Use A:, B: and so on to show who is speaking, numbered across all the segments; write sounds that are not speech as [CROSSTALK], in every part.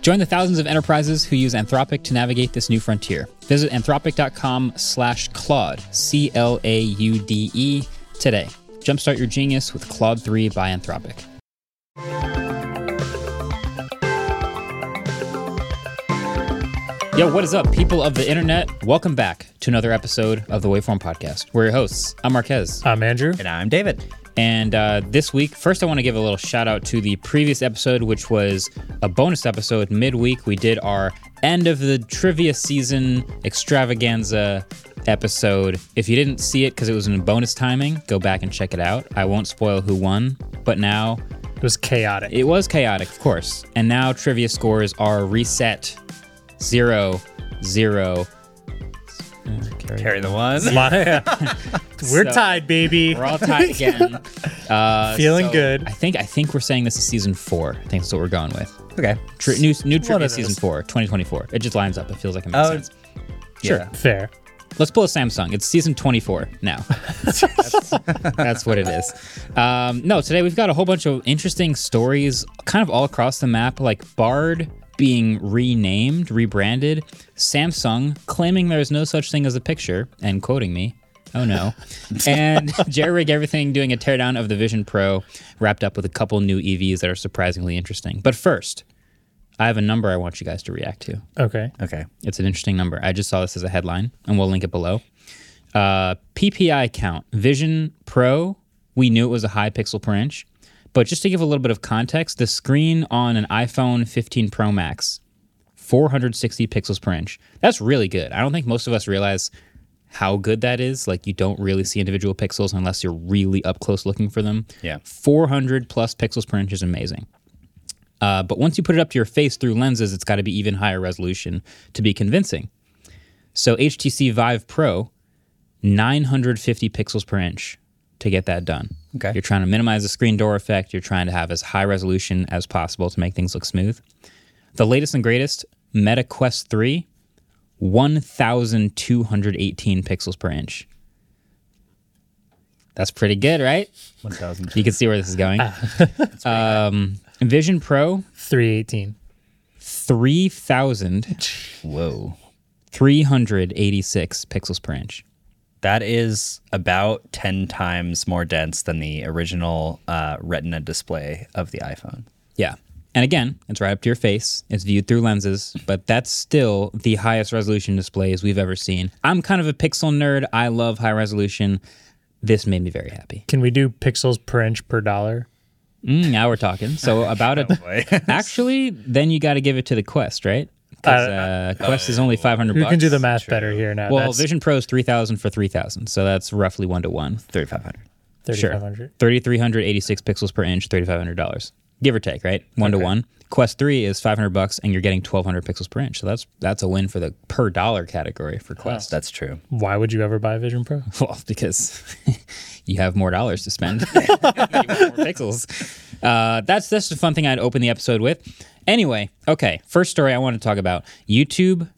A: Join the thousands of enterprises who use Anthropic to navigate this new frontier. Visit anthropic.com slash Claude, C L A U D E, today. Jumpstart your genius with Claude 3 by Anthropic. Yo, what is up, people of the internet? Welcome back to another episode of the Waveform Podcast. We're your hosts. I'm Marquez.
B: I'm Andrew.
C: And I'm David.
A: And uh, this week, first, I want to give a little shout out to the previous episode, which was a bonus episode midweek. We did our end of the trivia season extravaganza episode. If you didn't see it because it was in bonus timing, go back and check it out. I won't spoil who won, but now
B: It was chaotic.
A: it was chaotic, of course. And now trivia scores are reset zero, zero.
C: Carry the one.
B: Lion. [LAUGHS] We're
A: So-
B: tied, baby.
A: We're all tied
C: [LAUGHS]
A: again. Uh,
B: Feeling good.
A: I think I think we're saying this is season four. I think that's what we're going with.
C: Okay.
A: Tri- new new trivia
B: of
A: season
B: those.
A: four, 2024. It just lines up. It feels like it makes
C: Oh,
A: sense.
C: Sure.
B: Fair.
A: Let's pull a Samsung. It's season 24 now. that's, that's what it is. Um, no, today we've got a whole bunch of interesting stories kind of all across the map, like Bard being renamed, rebranded, Samsung claiming there is no such thing as a picture and quoting me. Oh no. and [LAUGHS] Jerry Rig Everything doing a teardown of the Vision Pro, wrapped up with a couple new EVs that are surprisingly interesting. But first, I have a number I want you guys to react to.
B: Okay.
C: Okay.
A: It's an interesting number. I just saw this as a headline, and we'll link it below. Uh, PPI count Vision Pro. We knew it was a high pixel per inch, but just to give a little bit of context, the screen on an iPhone 15 Pro Max, 460 pixels per inch. That's really good. I don't think most of us realize how good that is. Like you don't really see individual pixels unless you're really up close looking for them.
C: Yeah.
A: 400 plus pixels per inch is amazing. Uh, but once you put it up to your face through lenses, it's got to be even higher resolution to be convincing. So HTC Vive Pro, 950 pixels per inch to get that done.
C: Okay.
A: You're trying to minimize the screen door effect. You're trying to have as high resolution as possible to make things look smooth. The latest and greatest Meta Quest 3, 1,218 pixels per inch. That's pretty good, right?
C: 1,000.
A: You can see where this is going. um, Vision Pro,
B: 318.
A: 3,386
C: Whoa.
A: pixels per inch.
C: That is about 10 times more dense than the original uh, Retina display of the iPhone.
A: Yeah. And again, it's right up to your face. It's viewed through lenses, but that's still the highest resolution displays we've ever seen. I'm kind of a pixel nerd. I love high resolution. This made me very happy.
B: Can we do pixels per inch per dollar?
A: Mm, now we're talking.
B: [LAUGHS]
A: So about
B: Oh,
A: it.
C: boy.
A: actually, then you got to give it to the Quest, right? Because uh, Quest is only 500
B: You
A: bucks.
B: can do the math better here now.
A: Well,
B: That's
A: Vision Pro is 3000 for 3000. So that's roughly 1 to 1.
C: 3,500.
B: 3,500.
A: 3,386 pixels per inch, $3,500, give or take, right? One to one. Quest 3 is 500 bucks, and you're getting 1,200 pixels per inch. So that's that's a win for the per dollar category for Quest.
C: That's true.
B: Why would you ever buy a
A: [LAUGHS]
B: Vision Pro?
A: Well, because you have more dollars to [LAUGHS] spend, You want more [LAUGHS] pixels. Uh, that's that's the fun thing I'd open the episode with. Anyway, okay. First story I want to talk about YouTube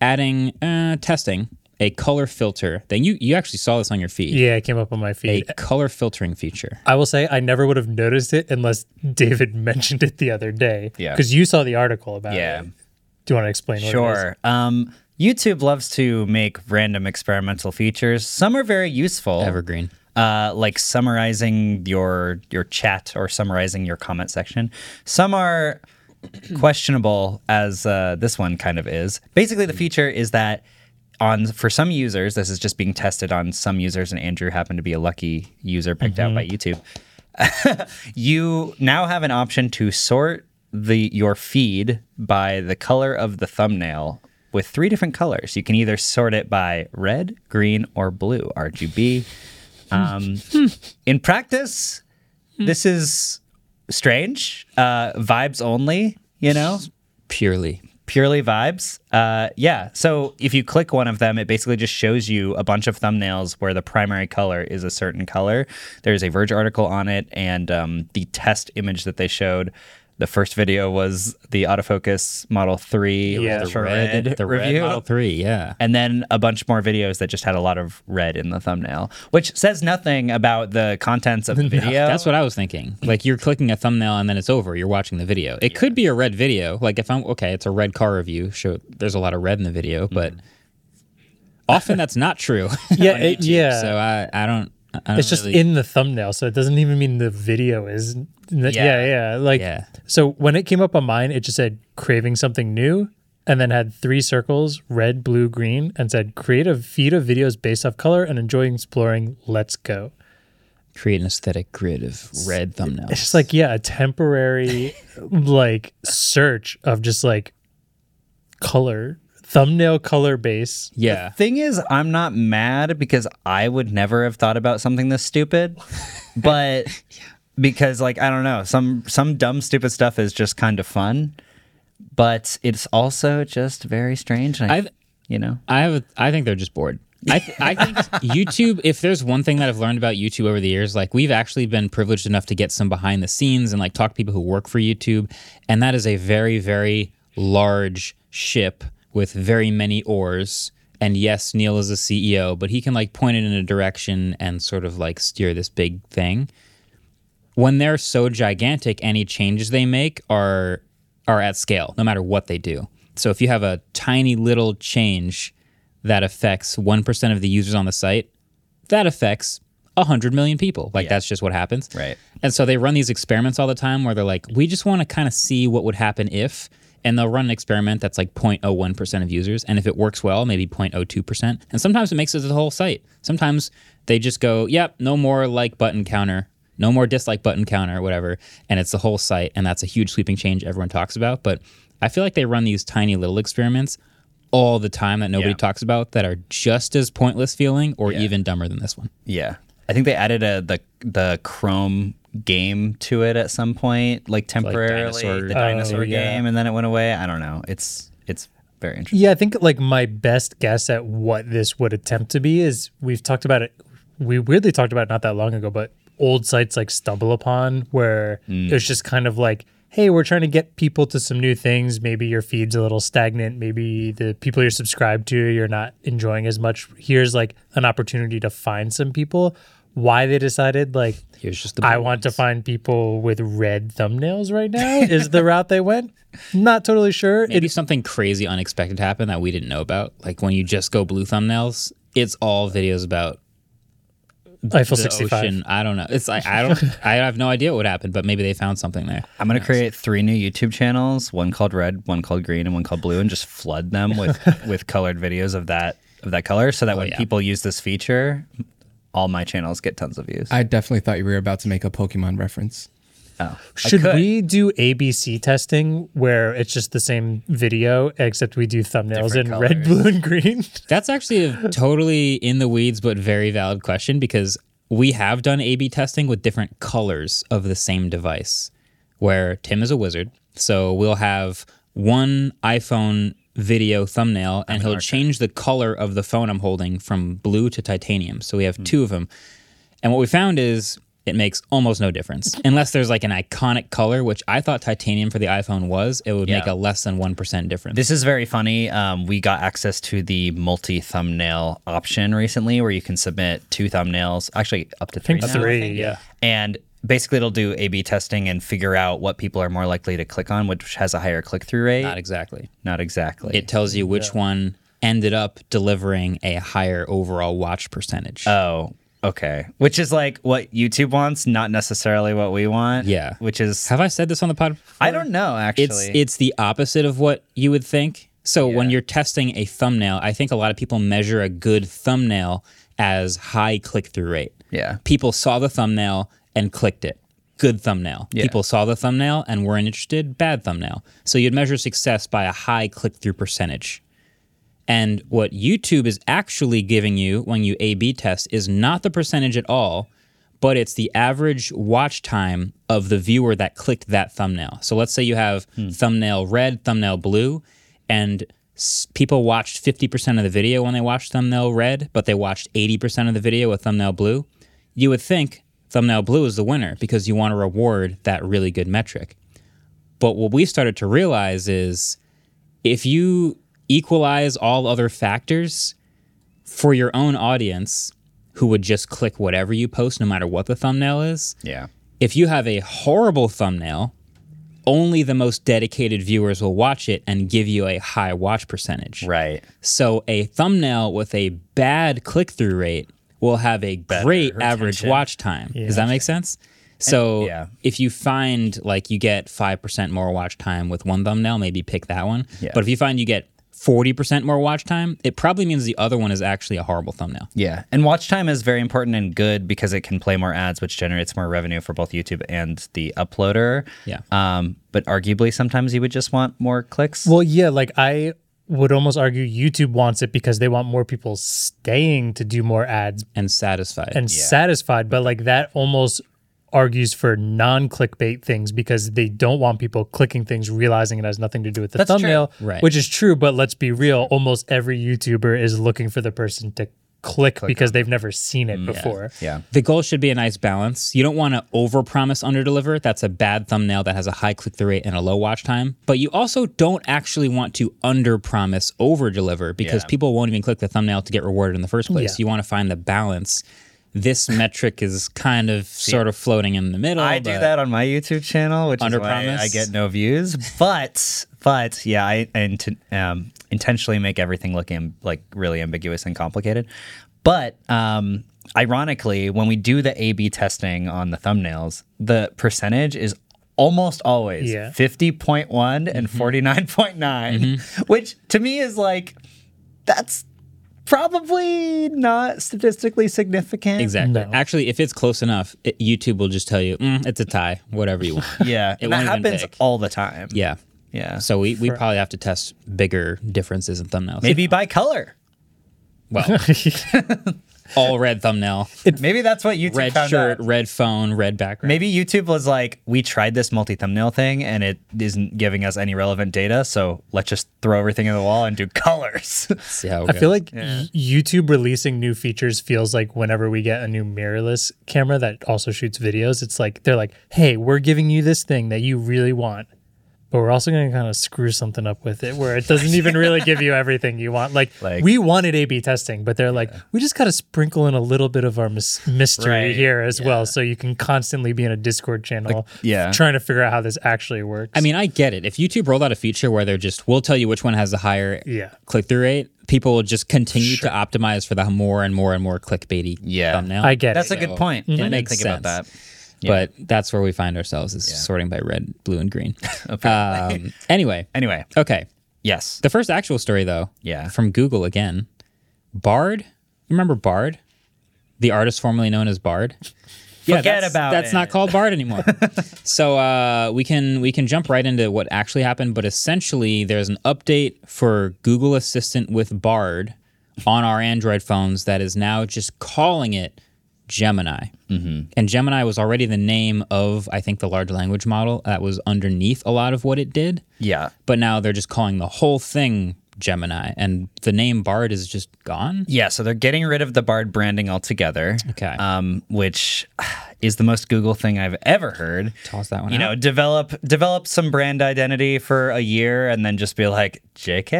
A: adding uh, testing a color filter. Then you you actually saw this on your feed.
B: Yeah, it came up on my
A: A
B: feed.
A: color filtering feature.
B: I will say I never would have noticed it unless David [LAUGHS] mentioned it the other day.
C: Yeah.
B: Because you saw the article about
C: Yeah.
B: it. Do you want to explain what it is?
C: Sure. Um, YouTube loves to make random experimental features. Some are very useful.
A: Evergreen.
C: uh, like summarizing your your chat or summarizing your comment section. Some are [CLEARS THROAT] questionable, as uh, this one kind of is. Basically, the feature is that on for some users, this is just being tested on some users, and Andrew happened to be a lucky user picked out by YouTube. [LAUGHS] you now have an option to sort the your feed by the color of the thumbnail with three different colors. You can either sort it by red, green, or blue RGB. Um, in practice, this is strange. Uh, vibes only, you know,
A: Purely
C: purely vibes. Uh, yeah. So if you click one of them, it basically just shows you a bunch of thumbnails where the primary color is a certain color. There's a Verge article on it, and um, the test image that they showed. The first video was the autofocus Model Three
B: Yeah,
C: Ultra
B: the
C: Red,
A: the
C: review,
A: Red Model 3, yeah.
C: and then a bunch more videos that just had a lot of red in the thumbnail, which says nothing about the
A: [LAUGHS]
C: contents of the video.
A: That's what I was thinking. Like you're clicking a thumbnail and then it's over. You're watching the video. It could be a red video. Like if I'm okay, it's a red car review. Show there's a lot of red in the video, but often that's not true. [LAUGHS]
B: Mm-hmm. [LAUGHS] Yeah,
A: on
B: it-
A: YouTube.
B: yeah.
A: So I, I don't. I don't
B: It's just
A: really-
B: in the thumbnail, so it doesn't even mean the video is. Yeah, yeah. Like,
A: Yeah.
B: so when it came up on mine, it just said craving something new, and then had three circles: red, blue, green, and said create a feed of videos based off color and enjoying exploring. Let's go.
A: create an aesthetic grid of red thumbnails.
B: It's just like yeah, a temporary [LAUGHS] like search of just like color thumbnail color base.
A: yeah.
C: Thing is, I'm not mad because I would never have thought about something
A: [LAUGHS]
C: this stupid, but because like I don't know, some some dumb stupid stuff is just kind of fun, but it's also just very strange. And I,
A: I've-
C: you know,
A: I have. A, I think they're just bored. I, I think YouTube. If there's one thing that I've learned about YouTube over the years, like we've actually been privileged enough to get some behind the scenes and like talk to people who work for YouTube, and that is a very, very large ship with very many oars. And yes, Neil is a CEO, but he can like point it in a direction and sort of like steer this big thing when they're so gigantic, any changes they make are are at scale, no matter what they do. So if you have a tiny little change that affects one percent of the users on the site, that affects hundred million people. Like that's just what happens.
C: Right.
A: And so they run these experiments all the time where they're like, we just want to kind of see what would happen if. And they'll run an experiment that's like 0.01% of users. And if it works well, maybe 0.02%. And sometimes it makes it to the whole site. Sometimes they just go, yep, no more like button counter, no more dislike button counter, or whatever. And it's the whole site. And that's a huge sweeping change everyone talks about. But I feel like they run these tiny little experiments all the time that nobody
C: Yeah.
A: talks about that are just as pointless feeling or even dumber than this one.
C: yeah, I think they added a the the Chrome game to it at some point, like temporarily
A: dinosaur-
C: the
A: Oh,
C: dinosaur
B: yeah.
C: game, and then it went away. I don't know. It's it's very interesting.
B: Yeah, I think like my best guess at what this would attempt to be is we've talked about it. We weirdly talked about it not that long ago, but old sites like Stumble Upon, where
A: Mm.
B: it's just kind of like, hey, we're trying to get people to some new things. Maybe your feed's a little stagnant. Maybe the people you're subscribed to, you're not enjoying as much. Here's like an opportunity to find some people. Why they decided like
A: Here's just the
B: I want to find people with red thumbnails
A: [LAUGHS]
B: right now is the route they went. Not totally sure.
A: maybe something crazy unexpected happened that we didn't know about. Like when you just go blue thumbnails, it's all videos about
B: Eiffel
A: the
B: 65.
A: ocean. I don't know. It's like I don't I have no idea what happened, but maybe they found something there.
C: I'm gonna create three new YouTube channels: one called Red, one called Green, and one called Blue, and just flood them with with colored videos of that of that color, so that when
A: yeah.
C: people use this feature, all my channels get tons of views.
D: I definitely thought you were about to make a Pokemon reference.
C: oh,
B: Should
C: could.
B: we do ABC testing where it's just the same video except we do thumbnails in red,
C: colours.
B: blue, and
C: [LAUGHS]
B: green?
A: That's actually a totally in the weeds but very valid question because we have done A B testing with different colors of the same device where Tim is a wizard. So we'll have one iPhone video thumbnail and he'll change the color of the phone I'm holding from blue to titanium. So we have two of them. And what we found is it makes almost no
C: [LAUGHS]
A: difference unless there's like an iconic color, which I thought titanium for the iPhone was. It would make
C: Yeah.
A: a less than 1% difference.
C: This is very funny. Um, we got access to the multi thumbnail option recently, where you can submit two thumbnails, actually up to three. now, I
B: three,
C: think.
B: yeah.
C: And basically, it'll do A/B testing and figure out what people are more likely to click on, which has a higher click through rate.
A: Not exactly.
C: Not exactly.
A: it tells you which one ended up delivering a higher overall watch percentage.
C: Oh, okay. Which is like what YouTube wants, not necessarily what we want.
A: Yeah.
C: Which is
A: Have I said this on the pod?
C: I don't know actually.
A: It's it's the opposite of what you would think. So when you're testing a thumbnail, I think a lot of people measure a good thumbnail as high click through rate.
C: Yeah.
A: People saw the thumbnail and clicked it. Good thumbnail. People saw the thumbnail and weren't interested. Bad thumbnail. So you'd measure success by a high click through percentage. And what YouTube is actually giving you when you A B test is not the percentage at all, but it's the average watch time of the viewer that clicked that thumbnail. So let's say you have thumbnail red, thumbnail blue, and s- people watched 50% of the video when they watched thumbnail red, but they watched 80% of the video with thumbnail blue, you would think thumbnail blue is the winner because you want to reward that really good metric. But what we started to realize is if you equalize all other factors for your own audience who would just click whatever you post no matter what the thumbnail is,
C: Yeah.
A: if you have a horrible thumbnail, only the most dedicated viewers will watch it and give you a high watch percentage.
C: Right.
A: So a thumbnail with a bad click through rate will have a great average
C: retention.
A: watch time. Does that make sense? So
C: yeah.
A: if you find like you get 5% more watch time with one thumbnail, maybe pick that one.
C: Yeah.
A: But if you find you get 40% more watch time, it probably means the other one is actually a horrible thumbnail.
C: Yeah. And watch time is very important and good because it can play more ads, which generates more revenue for both YouTube and the uploader.
A: Yeah.
C: Um, but arguably, sometimes you would just want more clicks.
B: Well, yeah, like I would almost argue YouTube wants it because they want more people staying to do more ads
A: And satisfied.
B: and satisfied, but like that almost argues for non-clickbait things because they don't want people clicking things realizing it has nothing to do with the
C: That's true.
B: thumbnail,
A: Right.
B: which is true, but let's be real, almost every YouTuber is looking for the person to click, because they've never seen it before.
C: Mm. yeah.
A: The goal should be a nice balance. You don't want to overpromise, underdeliver. That's a bad thumbnail that has a high click-through rate and a low watch time. But you also don't actually want to underpromise, overdeliver because people won't even click the thumbnail to get rewarded in the first place.
B: Yeah.
A: You want to find the balance. This metric is kind of sort of floating in the middle.
C: I do
A: but-
C: that on my YouTube channel, which is why
A: Underpromise?
C: I get no views. But but yeah, I int- um, intentionally make everything look am- like really ambiguous and complicated. But um, ironically, when we do the A/B testing on the thumbnails, the percentage is almost always
B: Yeah.
C: fifty point one and
A: Mm-hmm.
C: forty nine point nine, which to me is like that's probably not statistically significant.
A: Exactly.
B: No.
A: Actually, if it's close enough, it, YouTube will just tell you "Mm, it's a tie, whatever
C: [LAUGHS]
A: you want.
C: Yeah, and that
A: won't even
C: happens
A: take.
C: all the time.
A: yeah.
C: yeah.
A: So we, we probably have to test bigger differences in thumbnails.
C: Maybe by color.
B: [LAUGHS]
A: Well, all red thumbnail.
C: Maybe that's what YouTube
A: red
C: found
A: shirt,
C: out.
A: red phone, red background.
C: Maybe YouTube was like, we tried this multi thumbnail thing and it isn't giving us any relevant data, so let's just throw everything in the wall and
A: [LAUGHS]
C: do [LAUGHS] colors.
A: See how it
B: I feel
A: goes.
B: like y- YouTube releasing new features feels like whenever we get a new mirrorless camera that also shoots videos, it's like they're like, "Hey, we're giving you this thing that you really want, but we're also going to kind of screw something up with it where it doesn't
C: [LAUGHS]
B: even really give you everything you want." Like,
C: Like-
B: we wanted A/B testing, but they're like, "We just got to sprinkle in a little bit of our mys- mystery
C: Right,
B: here as well, so you can constantly be in a Discord channel,
C: yeah.
B: trying to figure out how this actually works."
A: I mean, I get it. If YouTube rolled out a feature where they're just, we'll tell you which one has the higher
B: Yeah.
A: click through rate, people will just continue to optimize for the more and more and more clickbaity
C: Yeah.
A: thumbnail.
B: I get
C: that's
B: it.
C: a good point. I didn't
A: makes
C: think about that.
A: sense. But that's where we find ourselves is sorting by red, blue, and
B: [LAUGHS]
A: green. um, anyway,
C: Anyway,
A: okay.
C: yes.
A: The first actual story, though,
C: Yeah.
A: from Google again. Bard, you remember Bard, the artist formerly known as Bard? Yeah,
C: Forget
A: that's-
C: about
A: that's not
C: it.
A: called Bard
C: [LAUGHS]
A: anymore. so uh, we can we can jump right into what actually happened. But essentially, there's an update for Google Assistant with Bard on our Android phones that is now just calling it Gemini. Mm-hmm. And Gemini was already the name of I think the large language model that was underneath a lot of what it did
C: Yeah.
A: but now they're just calling the whole thing Gemini, and the name Bard is just gone.
C: Yeah, so they're getting rid of the Bard branding altogether.
A: Okay.
C: Um, which [SIGHS] is the most Google thing I've ever heard.
A: Toss that one
C: you
A: out.
C: know, develop develop some brand identity for a year and then just be like,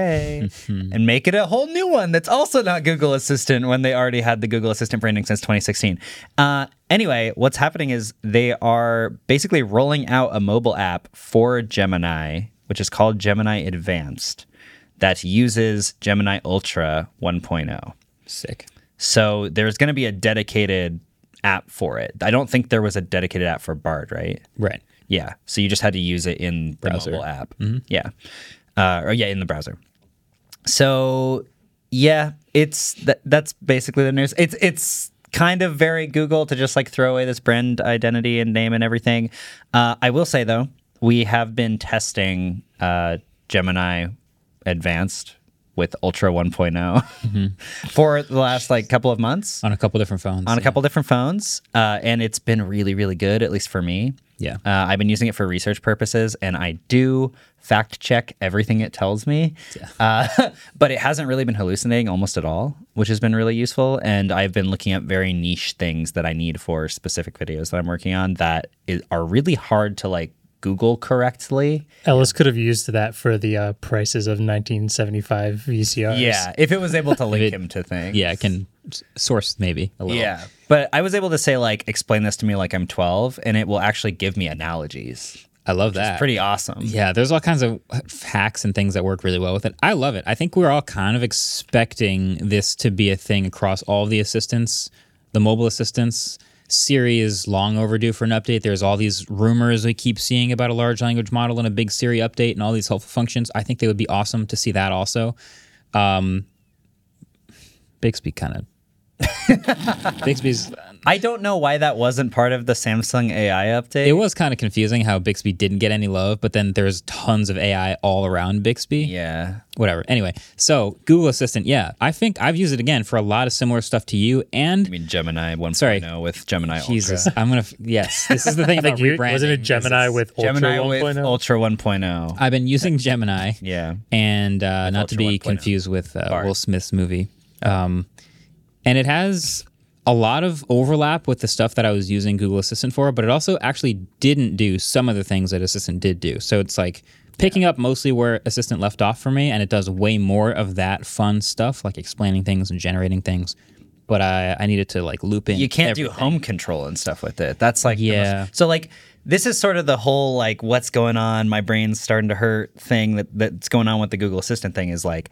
C: JK, and make it a whole new one that's also not Google Assistant when they already had the Google Assistant branding since 2016. Uh, anyway, what's happening is they are basically rolling out a mobile app for Gemini, which is called Gemini Advanced, that uses Gemini Ultra 1.0.
A: Sick.
C: So there's going to be a dedicated app for it. I don't think there was a dedicated app for Bard, right?
A: Right.
C: Yeah. So you just had to use it in the mobile app. Yeah. Uh, or yeah, in the browser. So yeah, it's that. That's basically the news. It's it's kind of very Google to just like throw away this brand identity and name and everything. Uh, I will say though, we have been testing uh, Gemini Advanced with Ultra 1.0 [LAUGHS] for the last like couple of months
A: On a couple different phones.
C: on a couple different phones, uh, and it's been really, really good, at least for me.
A: Yeah.
C: Uh, I've been using it for research purposes, and I do fact check everything it tells me. [LAUGHS] Uh, but it hasn't really been hallucinating almost at all, which has been really useful. And I've been looking up very niche things that I need for specific videos that I'm working on that is, are really hard to like Google correctly.
B: Ellis could have used that for the uh, prices of 1975 VCRs.
C: Yeah, if it was able to link him to things.
A: Yeah, it can s- source maybe a little.
C: Yeah. But I was able to say, like, explain this to me like I'm 12, and it will actually give me analogies.
A: I love that.
C: Pretty awesome.
A: Yeah, there's all kinds of hacks and things that work really well with it. I love it. I think we're all kind of expecting this to be a thing across all the assistants, the mobile assistants. Siri is long overdue for an update. There's all these rumors we keep seeing about a large language model and a big Siri update and all these helpful functions. I think they would be awesome to see that also. Um, Bixby kind of. [LAUGHS] Bixby's.
C: I don't know why that wasn't part of the Samsung AI update.
A: It was kind of confusing how Bixby didn't get any love, but then there's tons of AI all around Bixby.
C: yeah.
A: whatever. Anyway, so Google Assistant, yeah, I think I've used it again for a lot of similar stuff to you.
C: I
A: And
C: mean, Gemini 1.0
A: Sorry.
C: with Gemini
A: Jesus, I'm gonna f- yes, this is the
C: [LAUGHS]
A: thing about
B: Like you,
A: rebranding.
B: wasn't it Gemini
A: is it's-
B: with
C: Ultra.
B: Ultra oh.
C: Gemini with
B: 1.0?
C: Ultra 1.0.
A: I've been using Gemini,
C: yeah.
A: and uh, not to
C: Ultra
A: be
C: 1.0.
A: confused with uh,
C: Bard.
A: Will Smith's movie. Um, and it has a lot of overlap with the stuff that I was using Google Assistant for, but it also actually didn't do some of the things that Assistant did do. So it's like picking up mostly where Assistant left off for me, and it does way more of that fun stuff, like explaining things and generating things. But I, I needed to like loop in.
C: You can't
A: every-
C: do home control and stuff with it. That's like the
A: Yeah.
C: most- so like this is sort of the whole like what's going on, my brain's starting to hurt thing that that's going on with the Google Assistant thing is like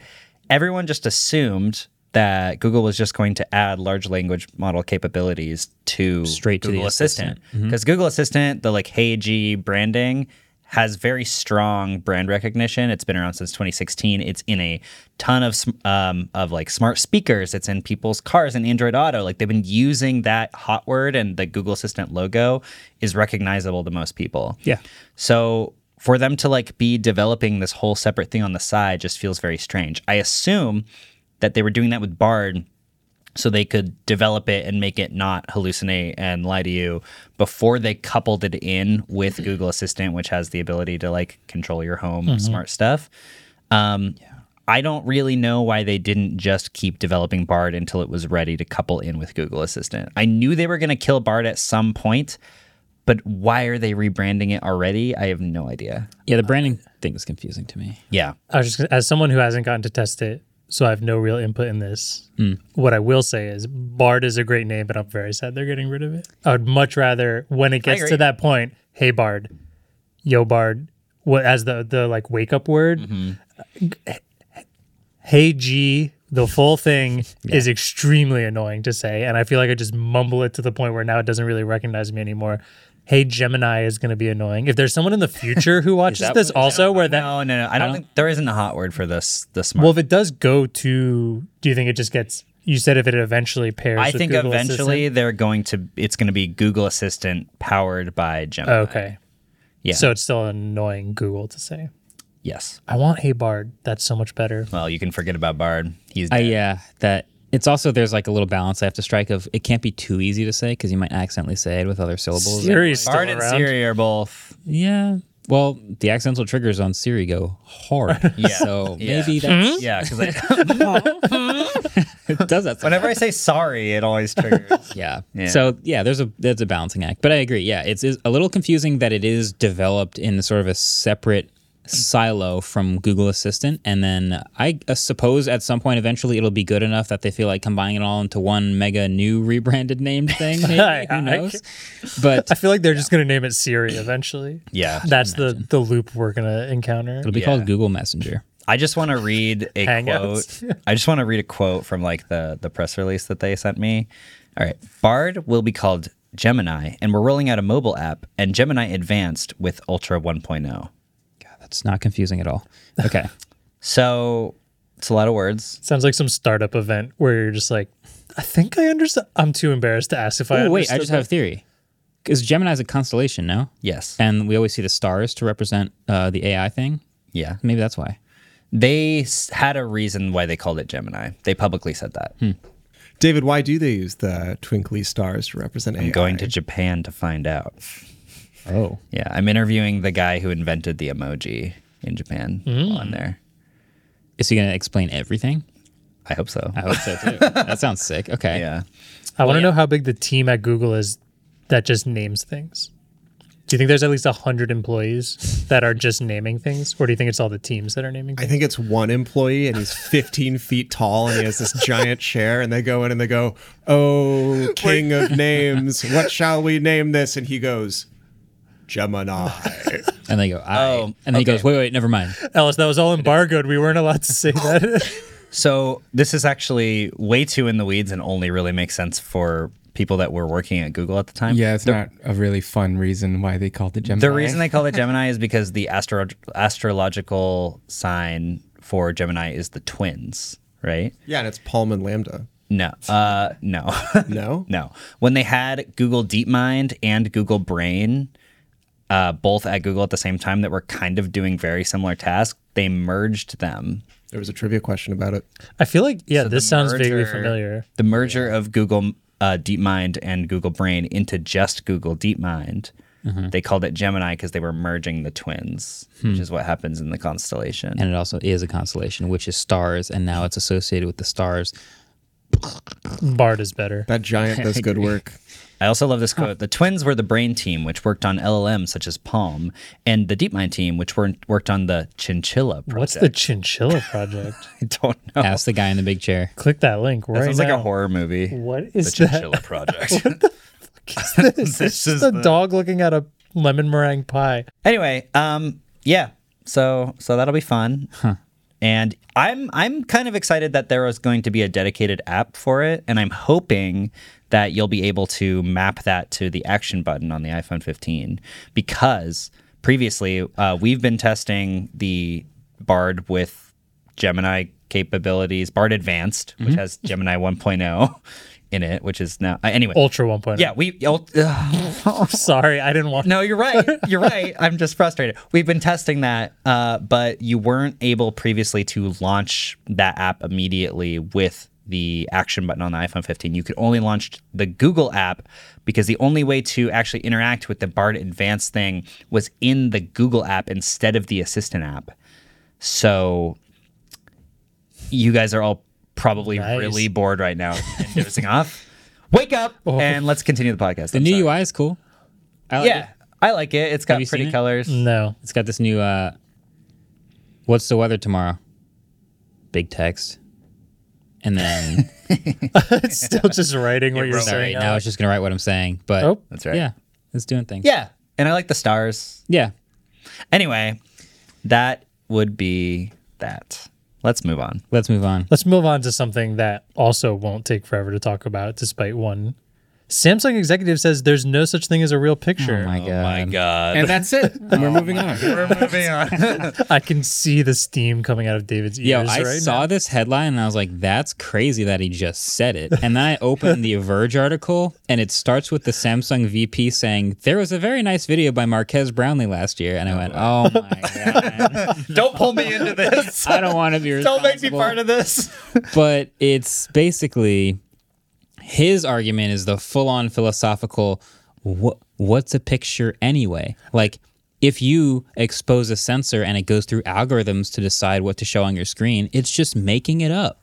C: everyone just assumed that Google was just going to add large language model capabilities to
A: Straight to the Mm-hmm.
C: Google Assistant because Google Assistant, the like Hey G branding has very strong brand recognition. It's been around since 2016. It's in a ton of sm- um, of like smart speakers. It's in people's cars and Android Auto. Like they've been using that hot word, and the Google Assistant logo is recognizable to most people.
A: Yeah.
C: So for them to like be developing this whole separate thing on the side just feels very strange. I assume that they were doing that with Bard so they could develop it and make it not hallucinate and lie to you before they coupled it in with Google Assistant, which has the ability to like control your home smart stuff. Um, I don't really know why they didn't just keep developing Bard until it was ready to couple in with Google Assistant. I knew they were going to kill Bard at some point, but why are they rebranding it already? I have no idea.
A: Yeah, the branding thing is confusing to me.
C: Yeah.
B: I was just gonna- as someone who hasn't gotten to test it, so I have no real input in this. What I will say is Bard is a great name, but I'm very sad they're getting rid of it. I would much rather when it gets
C: agree.
B: to that point, hey Bard, yo Bard, what as the the like wake up word. Hey G, the full thing is extremely annoying to say, and I feel like I just mumble it to the point where now it doesn't really recognize me anymore. Hey Gemini is going to be annoying. If there's someone in the future who watches
A: that
B: this also where that
C: No, no, no. I don't, think there isn't a hot word for this. The smart.
B: well, if it does go to, do you think it just gets? You said if it eventually pairs.
C: I
B: with
C: think
B: Google
C: eventually
B: Assistant-
C: they're going to. It's going to be Google Assistant powered by Gemini.
B: okay.
C: yeah.
B: Oh, So it's still annoying Google to say.
C: yes.
B: I want Hey Bard. That's so much better.
C: Well, you can forget about Bard. He's
A: I,
B: uh,
C: dead.
A: yeah, that it's also there's like a little balance I have to strike of it can't be too easy to say because you might accidentally say it with other syllables.
B: Siri is still
C: Bard and
B: around.
C: Siri are both.
A: Yeah. Well, the accidental triggers on Siri go hard.
C: Yeah.
A: So
C: Yeah.
A: maybe that's
C: Yeah, because I [LAUGHS]
A: it [LAUGHS] does that.
C: whenever I say sorry, it
B: [LAUGHS]
C: always triggers.
A: Yeah.
C: Yeah.
A: So yeah, there's a there's a balancing act, but I agree. Yeah, it's, it's a little confusing that it is developed in sort of a separate silo from Google Assistant, and then I uh, suppose at some point eventually it'll be good enough that they feel like combining it all into one mega new rebranded named thing. Maybe,
B: I-
A: who knows? But [LAUGHS]
B: I feel like they're just going to name it Siri eventually.
C: [CLEARS THROAT] Yeah.
B: That's the the loop we're going to encounter.
A: it'll be
C: Yeah.
A: called Google Messenger.
C: I just want to read a
B: Hangouts.
C: quote. I just want to read a quote from like the the press release that they sent me. All right, Bard will be called Gemini, and we're rolling out a mobile app and Gemini Advanced with Ultra oh. 1.0.
A: That's not confusing at all. Okay.
C: So it's a lot of words.
B: Sounds like some startup event where you're just like, I think I understand. I'm too embarrassed to ask if I.
A: Oh, wait, I
B: understood
A: just
B: that.
A: have a theory. Because Gemini's a constellation, no?
C: Yes.
A: And we always see the stars to represent uh, the AI thing.
C: yeah.
A: Maybe that's why.
C: They s- had a reason why they called it Gemini. They publicly said that.
D: David, why do they use the twinkly stars to represent
C: I'm going to Japan to find out.
A: Oh.
C: Yeah, I'm interviewing the guy who invented the emoji in Japan on there.
A: Is he going to explain everything?
C: I hope so.
A: I hope so
C: [LAUGHS]
A: too. that sounds sick. Okay.
C: Yeah.
B: I want to know how big the team at Google is that just names things. Do you think there's at least 100 employees that are just naming things? Or do you think it's all the teams that are naming
E: I
B: things?
E: think it's one employee and he's 15 feet tall and he has this giant chair and they go in and they go, "Oh, king of names, what shall we name this?" and he goes, "Gemini."
A: And they go, I.
C: Oh,
A: and then he
C: okay.
A: goes, wait, wait, never mind.
B: Ellis, that was all embargoed. We weren't allowed to say
C: [LAUGHS]
B: that.
C: So this is actually way too in the weeds and only really makes sense for people that were working at Google at the time.
D: Yeah, it's not a really fun reason why they called it Gemini.
C: The reason they call it Gemini is because the astro- astrological sign for Gemini is the twins, right?
E: yeah, and it's Palm and Lambda.
C: No. Uh, no. [LAUGHS]
E: No?
C: no. When they had Google DeepMind and Google Brain, uh, both at Google at the same time, that were kind of doing very similar tasks, they merged them.
E: There was a trivia question about it.
B: I feel like, yeah,
C: So the
B: this sounds vaguely
C: merger-
B: familiar.
C: The merger of Google uh, DeepMind and Google Brain into just Google DeepMind. They called it Gemini because they were merging the twins, which is what happens in the constellation.
A: And it also is a constellation, which is stars. And now it's associated with the stars.
B: Bard is better.
E: That giant does good work.
C: I also love this quote. The twins were the brain team, which worked on LLM such as Palm, and the DeepMind team, which were, worked on the Chinchilla project.
B: What's the Chinchilla Project?
C: [LAUGHS]
B: [LAUGHS]
C: I don't know.
A: Ask the guy in the big chair.
B: Click that link right
C: That sounds like
B: now.
C: a horror movie.
B: [LAUGHS] What
C: The
B: is that?
C: Chinchilla project.
B: [LAUGHS] This,
C: [LAUGHS] This
B: is
C: is
B: a
C: the-
B: dog looking at a lemon meringue pie.
C: anyway, um, yeah. So so that'll be fun. And I'm I'm kind of excited that there is going to be a dedicated app for it, and I'm hoping that you'll be able to map that to the action button on the iPhone 15 because previously uh, we've been testing the Bard with Gemini capabilities, Bard Advanced, which has Gemini 1.0 in it, which is now uh, anyway.
B: Ultra 1.0.
C: Yeah, we. oh,
B: [LAUGHS]
C: ugh.
B: Sorry, I didn't want
C: No, you're right.
A: [LAUGHS]
C: You're right. I'm just frustrated. We've been testing that, uh, but you weren't able previously to launch that app immediately with the action button on the iPhone 15. You could only launch the Google app because the only way to actually interact with the Bard Advanced thing was in the Google app instead of the Assistant app. So you guys are all probably
B: Nice.
C: really bored right now and dozing off.
A: [LAUGHS]
C: Wake up and let's continue the podcast.
A: Oh. The
C: I'm
A: new
C: sorry.
A: UI is cool. I like
C: Yeah,
A: it.
C: I like it. It's got
A: you
C: pretty
A: seen it?
B: [LAUGHS]
C: colors.
B: No.
A: It's got this new, uh, what's the weather tomorrow? Big text. And
C: [LAUGHS]
A: then,
B: It's still just writing what you're
A: sorry,
B: saying.
A: now it's just going to write what I'm saying. But
B: Oh.
C: That's right.
A: yeah, it's doing things.
C: uh, Yeah, and I like the stars.
A: Yeah.
C: Anyway, that would be that. Let's move on.
A: Let's move on.
B: Let's move on to something that also won't take forever to talk about, despite one. Samsung executive says there's no such thing as a real picture.
A: Oh
C: Oh
A: my God.
C: God.
D: and that's it. We're moving on.
C: We're moving on.
B: I can see the steam coming out of David's ears
A: Yo, I
B: right
A: saw
B: now.
A: this headline and I was like, that's crazy that he just said it. And then I opened the Verge article and it starts with the Samsung VP saying, There was a very nice video by Marquez Brownlee last year. And I went, Oh my God.
C: [LAUGHS] Don't pull me into this.
A: I don't want to be responsible.
C: [LAUGHS] Don't make me part of this.
A: But it's basically his argument is the full on philosophical what what's a picture anyway? Like if you expose a sensor and it goes through algorithms to decide what to show on your screen, it's just making it up.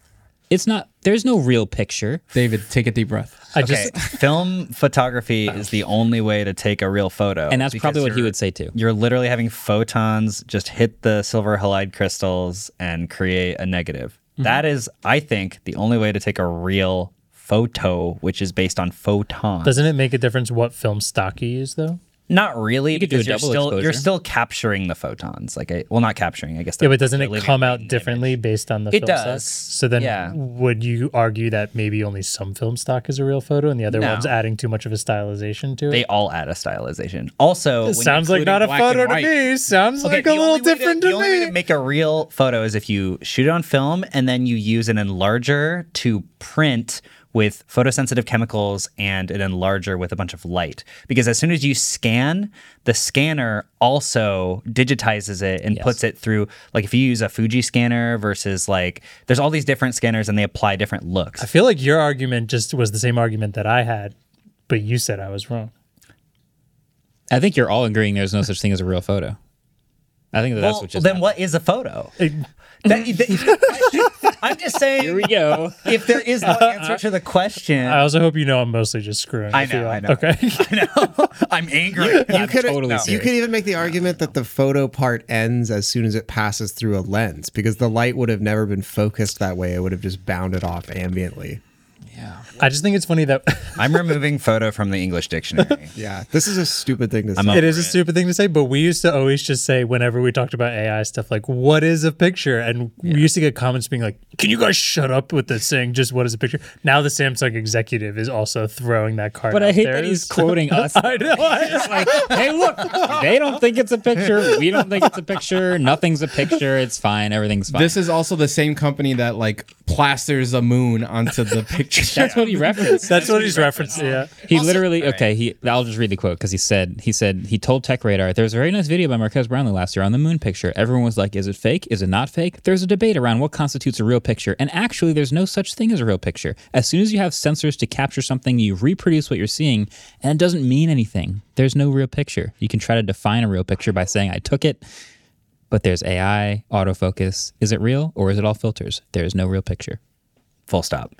A: It's not there's no real picture.
D: David, take a deep breath.
B: I
C: Okay,
B: just
C: film photography is the only way to take a real photo,
A: And that's
C: because
A: probably what he
C: you're-
A: would say too.
C: You're literally having photons just hit the silver halide crystals and create a negative. That is, I think, the only way to take a real photo, which is based on photons.
B: doesn't it make a difference what film stock you use though?
C: Not really,
A: could do
C: because
A: a
C: you're
A: double
C: still you're
A: exposure.
C: still capturing the photons. Like, I, well, not capturing, I guess.
B: Yeah,
C: they're-
B: but doesn't
C: they're
B: it
C: leaving
B: come
C: it
B: out
C: in the
B: differently based on the
C: It
B: film
C: does.
B: stock? So then
C: Yeah.
B: would you argue that maybe only some film stock is a real photo and the other
C: No.
B: one's adding too much of a stylization to it?
C: image. They all add a stylization. Also, when you
B: Sounds like
C: include
B: not a
C: black and
B: photo to
C: white-
B: me. Sounds
C: Okay,
B: like
C: the
B: a
C: only
B: little
C: way
B: different
C: to,
B: to,
C: the only way to
B: me.
C: make a real photo is if you shoot it on film and then you use an enlarger to print with photosensitive chemicals and an enlarger with a bunch of light. Because as soon as you scan, the scanner also digitizes it and puts it through like if you use a Fuji scanner versus like there's all these different scanners and they apply different looks.
B: I feel like your argument just was the same argument that I had, but you said I was wrong.
A: I think you're all agreeing there's no such thing as a real photo. I think that that's
C: Well,
A: what just
C: then
A: happened.
C: what is a photo? That- that- I'm just
A: Here
C: saying,
A: we go.
C: if there is no answer to the question,
B: I also hope you know I'm mostly just screwing.
C: I
B: with
C: know,
B: you.
C: I know.
B: Okay.
C: I know. [LAUGHS] I'm angry.
A: I'm totally
E: you
A: serious.
E: could even make the argument that the photo part ends as soon as it passes through a lens because the light would have never been focused that way. It would have just bounded off ambiently.
B: I just think it's funny that
C: I'm removing photo from the English dictionary.
E: [LAUGHS] Yeah, this is a stupid thing to say.
C: I'm
B: [LAUGHS]
C: up-
B: it is a stupid thing to say, but we used to always just say whenever we talked about AI stuff, like "What is a picture?" and we used to get comments being like, "Can you guys shut up with this saying just what is a picture?" Now the Samsung executive is also throwing that card.
A: But I
B: out
A: hate
B: there.
A: that
B: [LAUGHS]
A: he's
B: So-
A: quoting us.
B: I know. I-
A: It's like, hey, look, they don't think it's a picture. We don't think it's a picture. Nothing's a picture. It's fine. Everything's fine.
D: This is also the same company that like plasters a moon
C: [LAUGHS]
D: onto the picture.
A: That's what he referenced.
B: That's what he's referencing. Yeah.
A: He literally okay. He I'll just read the quote because he said he said he told Tech Radar there was a very nice video by Marquez Brownlee last year on the moon picture. Everyone was like, "Is it fake? Is it not fake?" There's a debate around what constitutes a real picture, and actually, there's no such thing as a real picture. As soon as you have sensors to capture something, you reproduce what you're seeing, and it doesn't mean anything. There's no real picture. You can try to define a real picture by saying, "I took it," but there's AI, autofocus. Is it real or is it all filters? There is no real picture.
C: Full stop.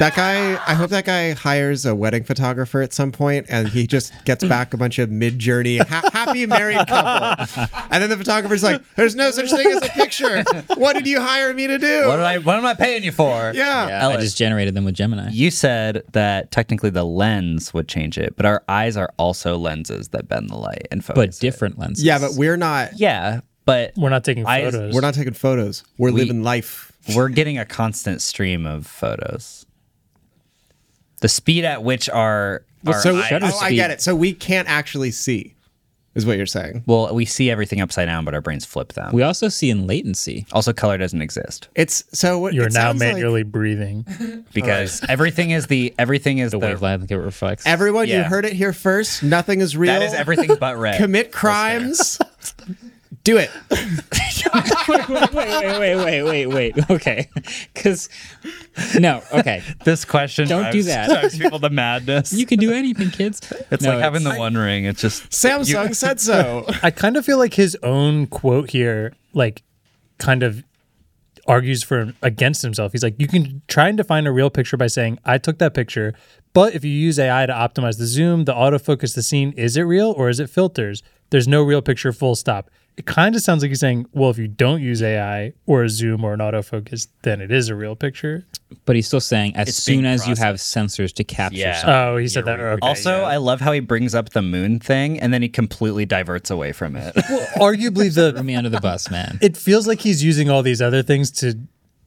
E: That guy, I hope that guy hires a wedding photographer at some point and he just gets back a bunch of mid journey, ha- happy married couple. And then the photographer's like, there's no such thing as a picture. What did you hire me to do?
C: What am I? What am I paying you for?
E: yeah.
A: I just generated them with Gemini.
C: You said that technically the lens would change it, but our eyes are also lenses that bend the light and focus.
A: but
C: it.
A: different lenses.
E: Yeah, but we're not.
C: yeah, but
B: We're not taking
C: I-
B: photos.
E: We're not taking photos. We're living life.
C: we're getting a constant stream of photos. The speed at which our, our
E: So
C: eyes-
E: oh, I get it. So we can't actually see, is what you're saying.
C: well, we see everything upside down, but our brains flip them.
A: We also see in latency.
C: also, color doesn't exist
E: It's so what
B: You're
E: it
B: now
E: sounds like
B: manually breathing.
C: because everything is the everything is the,
A: wavelength it reflects.
E: Everyone, you
C: Yeah.
E: heard it here first. Nothing is real.
C: that is everything but red.
E: Commit crimes. do it.
A: wait, wait, wait, wait, wait, wait, [LAUGHS] wait. Okay, because no, okay,
C: This question
A: Don't do that.
C: drives people to madness.
A: you can do anything, kids.
C: it's
A: No,
C: like having the One Ring. It's just
E: Samsung said so.
B: I kind of feel like his own quote here, like, kind of argues for against himself. He's like, you can try and define a real picture by saying, "I took that picture," but if you use AI to optimize the zoom, the autofocus, the scene, is it real or is it filters? There's no real picture. Full stop. It kind of sounds like he's saying, well, if you don't use AI or a zoom or an autofocus, then it is a real picture.
A: but he's still saying as
C: being
A: soon as you have sensors to capture
C: Yeah.
A: something.
B: Oh, he said that. Okay,
C: Also,
B: yeah.
C: I love how he brings up the moon thing and then he completely diverts away from
A: [LAUGHS]
C: it.
B: arguably the
A: Put me under the bus, man.
B: it feels like he's using all these other things to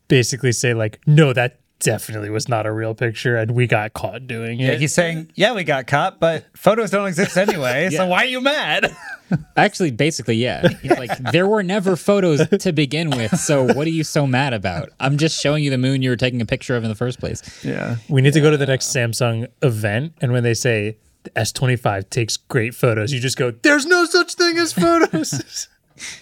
B: basically say like no that definitely was not a real picture and we got caught doing
C: Yeah,
B: it
C: he's saying, "Yeah, we got caught, but photos don't
A: [LAUGHS]
C: exist anyway. So why are you mad?"
A: Actually, basically, yeah. He's like there were never photos to begin with, so what are you so mad about? I'm just showing you the moon you were taking a picture of in the first place.
C: Yeah.
B: we need to go to the next samsung event and when they say the s25 takes great photos you just go there's no such thing as
C: [LAUGHS]
B: photos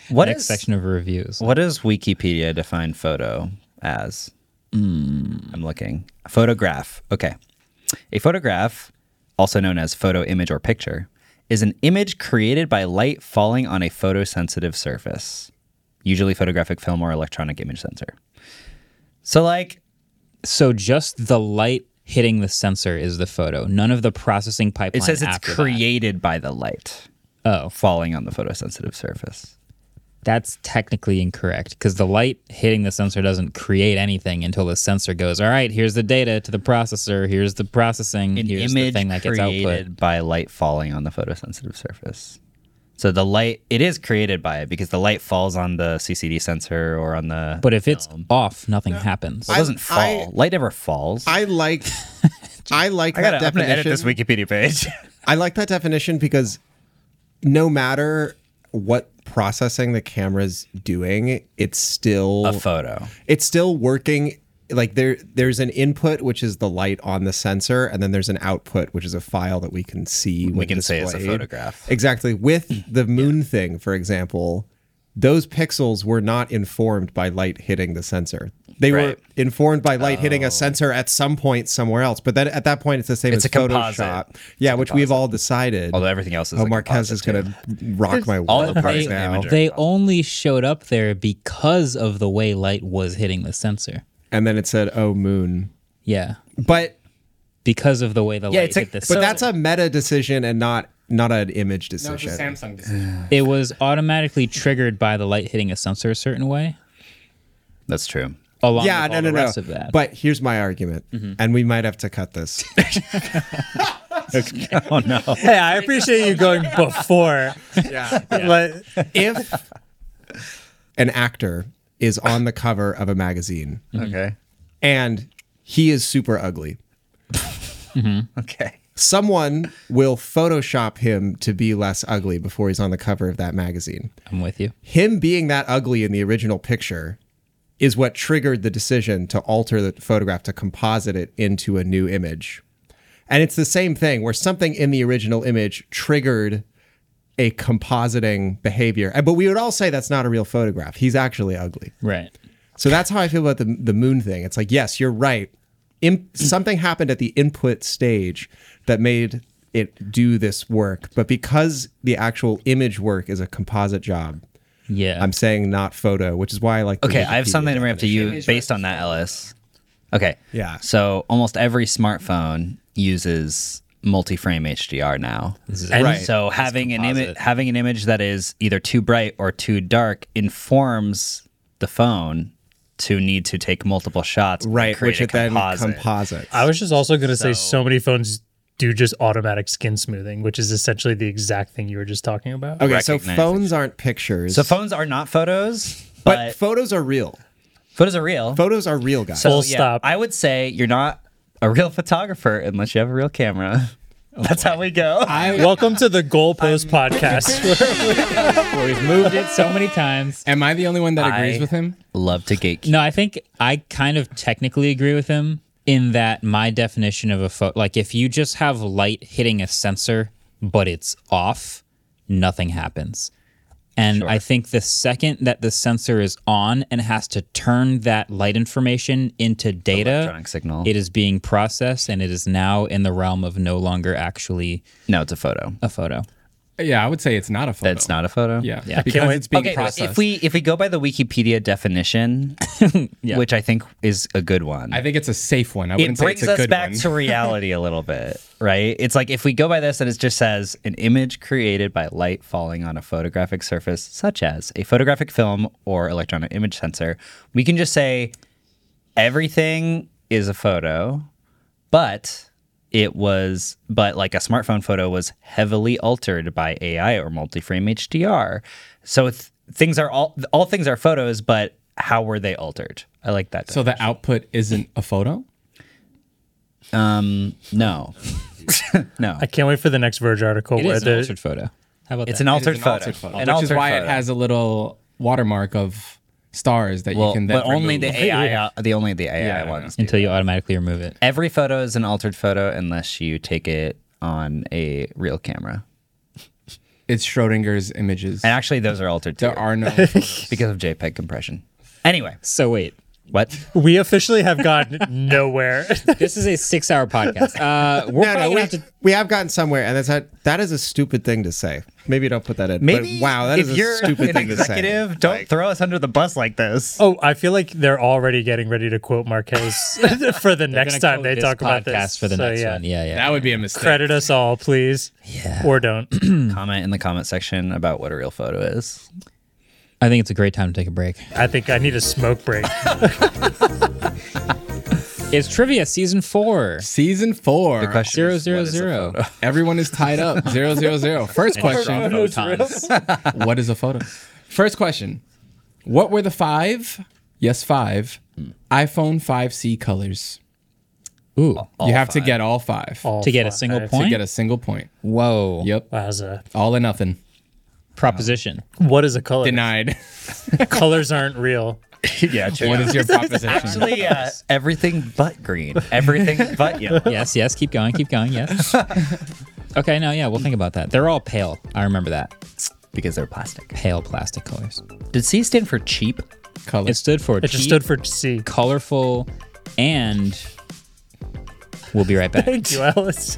C: What
A: Next
C: is-
A: section of reviews.
C: What does Wikipedia define photo as?
A: Hmm.
C: I'm looking. A photograph. Okay. A photograph, also known as photo image or picture, is an image created by light falling on a photosensitive surface, usually photographic film or electronic image sensor. So, like,
A: So just the light hitting the sensor is the photo. None of the processing pipeline.
C: it says it's
A: after that.
C: created by the light
A: Oh.
C: falling on the photosensitive surface.
A: That's technically incorrect because the light hitting the sensor doesn't create anything until the sensor goes, all right, here's the data to the processor, here's the processing,
C: an
A: here's
C: image
A: the thing that gets
C: created
A: output.
C: by light falling on the photosensitive surface. So the light it is created by it because the light falls on the CCD sensor or on the
A: But if it's off, nothing happens.
C: it doesn't fall.
E: I-
C: light never falls. [LAUGHS]
E: I like. I like that
C: I'm gonna
E: definition.
C: edit this Wikipedia page. [LAUGHS]
E: I like that definition because no matter what processing the camera's doing, it's still
C: a photo.
E: it's still working like there there's an input which is the light on the sensor and then there's an output which is a file that we can see when
C: can say it's a
E: displayed.
C: photograph. [CLEARS THROAT]
E: exactly with the moon thing for example those pixels were not informed by light hitting the sensor They
C: Right. Oh.
E: were informed by light hitting a sensor at some point somewhere else, but then at that point it's the same
C: It's
E: as
C: a composite.
E: Photoshop. Yeah, which we've all decided.
C: Although everything else is
E: oh,
C: a
E: Marquez
C: composite,
E: is going to rock my
C: all the
E: world
C: parts
E: right
C: in the
E: now.
C: imager.
A: They only showed up there because of the way light was hitting the sensor.
E: And then it said, "Oh, moon."
A: Yeah,
E: But
A: because of the way the
C: Yeah,
A: light
C: it's a-
A: hit the
E: but
A: sensor.
E: that's a meta decision and not not an image
D: No, it's a
E: decision.
D: Samsung decision.
A: it was automatically triggered by the light hitting a sensor a certain way.
C: That's true.
A: Along
E: yeah,
A: with
E: no,
A: all
E: no,
A: the
E: no.
A: rest of that. Mm-hmm.
E: But here's my argument, and we might have to
A: [LAUGHS]
E: cut this.
C: Oh
E: [LAUGHS]
C: no.
B: Hey, I appreciate
A: [LAUGHS]
B: you going before.
E: [LAUGHS] yeah.
B: Like,
E: if an actor is on the cover of a magazine
A: Mm-hmm.
C: okay. [LAUGHS]
E: and he is super ugly,
C: Okay.
E: someone will Photoshop him to be less ugly before he's on the cover of that magazine.
A: I'm with you.
E: Him being that ugly in the original picture is what triggered the decision to alter the photograph to composite it into a new image. And it's the same thing where something in the original image triggered a compositing behavior. And- But we would all say that's not a real photograph. He's actually ugly.
A: Right.
E: So that's how I feel about the the moon thing. It's like, yes, you're right. Im- something happened at the input stage that made it do this work, but because the actual image work is a composite job,
A: Yeah.
E: I'm saying not photo, which is why I like. the
C: Okay, I have
E: Wikipedia
C: something to bring up to you
D: Image
C: based on that, Ellis. Okay.
E: Yeah.
C: So almost every smartphone uses multi-frame HDR now. And
E: Right.
C: so having an image
A: composite.
C: having an image that is either too bright or too dark informs the phone to need to take multiple shots. and
E: right,
C: create
E: which
C: a
E: it then
C: composite.
E: composites.
B: I was just also going to say
C: So-
B: so many phones do just automatic skin smoothing, which is essentially the exact thing you were just talking about.
C: Oh,
E: okay, so
C: recognize
E: phones aren't pictures,
C: so phones are not photos,
E: but,
C: but,
E: photos are real.
C: photos are real.
E: Photos are real, guys.
B: Full stop.
C: I would say you're not a real [LAUGHS] photographer unless you have a real camera. That's how we go. [LAUGHS]
B: Welcome to the Goalpost Podcast.
A: we've moved it so many times.
D: Am I the only one that agrees
C: I-
D: with him?
C: Love to gatekeep.
A: No, I think I kind of technically agree with him in that my definition of a photo, like if you just have light hitting a sensor but it's off, nothing happens. And I think the second that the sensor is on and has to turn that light information into data,
C: Electronic signal.
A: it is being processed and it is now in the realm of no longer actually
C: No, it's a photo.
A: a photo.
D: Yeah, I would say it's not a photo.
C: That's not a photo.
D: Yeah,
A: Yeah.
D: because
B: wait-
D: it's being
C: okay, but
D: processed.
C: if we if we go by the Wikipedia definition, which I think is a good one,
D: I think it's a safe one. I
C: it
D: wouldn't say
C: brings
D: it's a
C: us
D: good
C: back
D: one.
C: to reality a little bit, right? It's like if we go by this, and it just says an image created by light falling on a photographic surface, such as a photographic film or electronic image sensor, we can just say everything is a photo, but it was but like a smartphone photo was heavily altered by AI or multi-frame HDR. So th- things are all all things are photos, but how were they altered? I like that.
D: so the output isn't a photo.
C: um no. [LAUGHS] no.
B: I can't wait for the next Verge article
A: It
B: where
A: is an
B: the
A: altered photo. How about
C: It's
A: that?
C: an altered,
D: It's an
C: photo.
D: altered photo,
C: An
D: which is
C: altered
D: why
C: photo.
D: it has a little watermark of stars that
C: well,
D: you can. Then
C: but only the
D: remove.
C: AI out- the only the AI
D: Yeah.
C: ones.
A: until you automatically remove it.
C: Every photo is an altered photo unless you take it on a real camera.
D: It's Schrodinger's images.
C: And actually those are altered too
D: There
C: [LAUGHS]
D: are no. photos.
C: because of JPEG compression. Anyway,
A: So wait,
D: [LAUGHS]
C: what?
B: we officially have gone [LAUGHS] nowhere.
A: this is a six-hour podcast. Uh, we're
E: no, no,
A: probably
E: we,
A: gonna have to
E: we have gotten somewhere, and that's not, that is a stupid thing to say. Maybe don't put that in.
C: Maybe
E: but wow, that
C: if
E: is a
C: you're
E: stupid
C: an
E: thing to say.
C: executive, don't throw us under the bus like this.
B: oh, I feel like they're already getting ready to
A: [LAUGHS]
B: quote Marquez [LAUGHS] for the next
A: gonna
B: time
A: quote
B: they
A: this
B: talk about this.
A: podcast for the
B: So,
A: next
B: yeah.
A: one. Yeah, yeah.
D: that would be a mistake.
B: Credit us all, please. Yeah. Or don't.
D: Oh.
C: Comment in the comment section about what a real photo is.
A: I think it's a great time to take a break.
B: I think I need a smoke
A: [LAUGHS]
B: break.
A: It's trivia season four.
D: Season four.
C: The question
A: Zero
C: is,
A: zero
C: what is a
A: zero.
C: photo?
D: Everyone is
C: [LAUGHS]
D: tied up. zero zero zero. First question.
A: Photons.
B: [LAUGHS]
D: what is a photo? First question. What were the five? Yes, five.
C: Hmm.
D: iPhone 5C colors.
A: Ooh,
C: All
D: you have to
C: five.
D: get all five
A: to get a single point.
D: to get a single point.
A: Whoa.
D: Yep.
B: Wowza.
D: All or nothing.
A: Proposition.
B: What is a color?
D: Denied.
B: [LAUGHS] Colors
A: [LAUGHS]
B: aren't real.
C: [LAUGHS] yeah, true.
D: what
C: [LAUGHS]
D: is your proposition?
C: Actually, uh, everything but
D: [LAUGHS]
C: green. Everything but yellow.
A: Yes, yes. Keep going. Keep going.
B: [LAUGHS]
A: Yes. Okay. No. Yeah. We'll think about that. They're all pale. I remember that.
C: Because they're plastic.
A: Pale plastic colors.
C: Did C stand for cheap?
D: Color.
A: It stood for
B: [LAUGHS] It just
A: cheap,
B: stood for C.
A: colorful, and we'll be right
B: [LAUGHS]
A: back.
B: Thank you, Alice.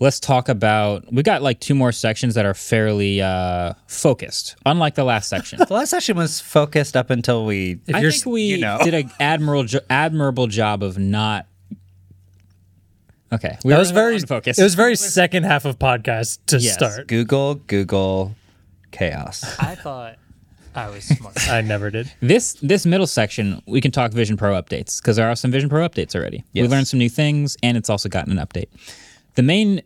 A: Let's talk about. We got like two more sections that are fairly uh, focused, unlike the last section.
C: The last session was focused up until we.
A: I
C: you're-
A: think we
C: you know.
A: did an admirable jo- admirable job of not. Okay, we
B: That
A: were
B: was
A: a
B: very
A: little unfocused.
B: It
A: [LAUGHS]
B: was very second half of podcast to
A: Yes.
B: start.
C: Google, Google, chaos.
F: I thought I was smart.
B: [LAUGHS] I never did.
A: This this middle section, we can talk Vision Pro updates because there are some Vision Pro updates already. We
C: Yes.
A: learned some new things, and it's also gotten an update. The main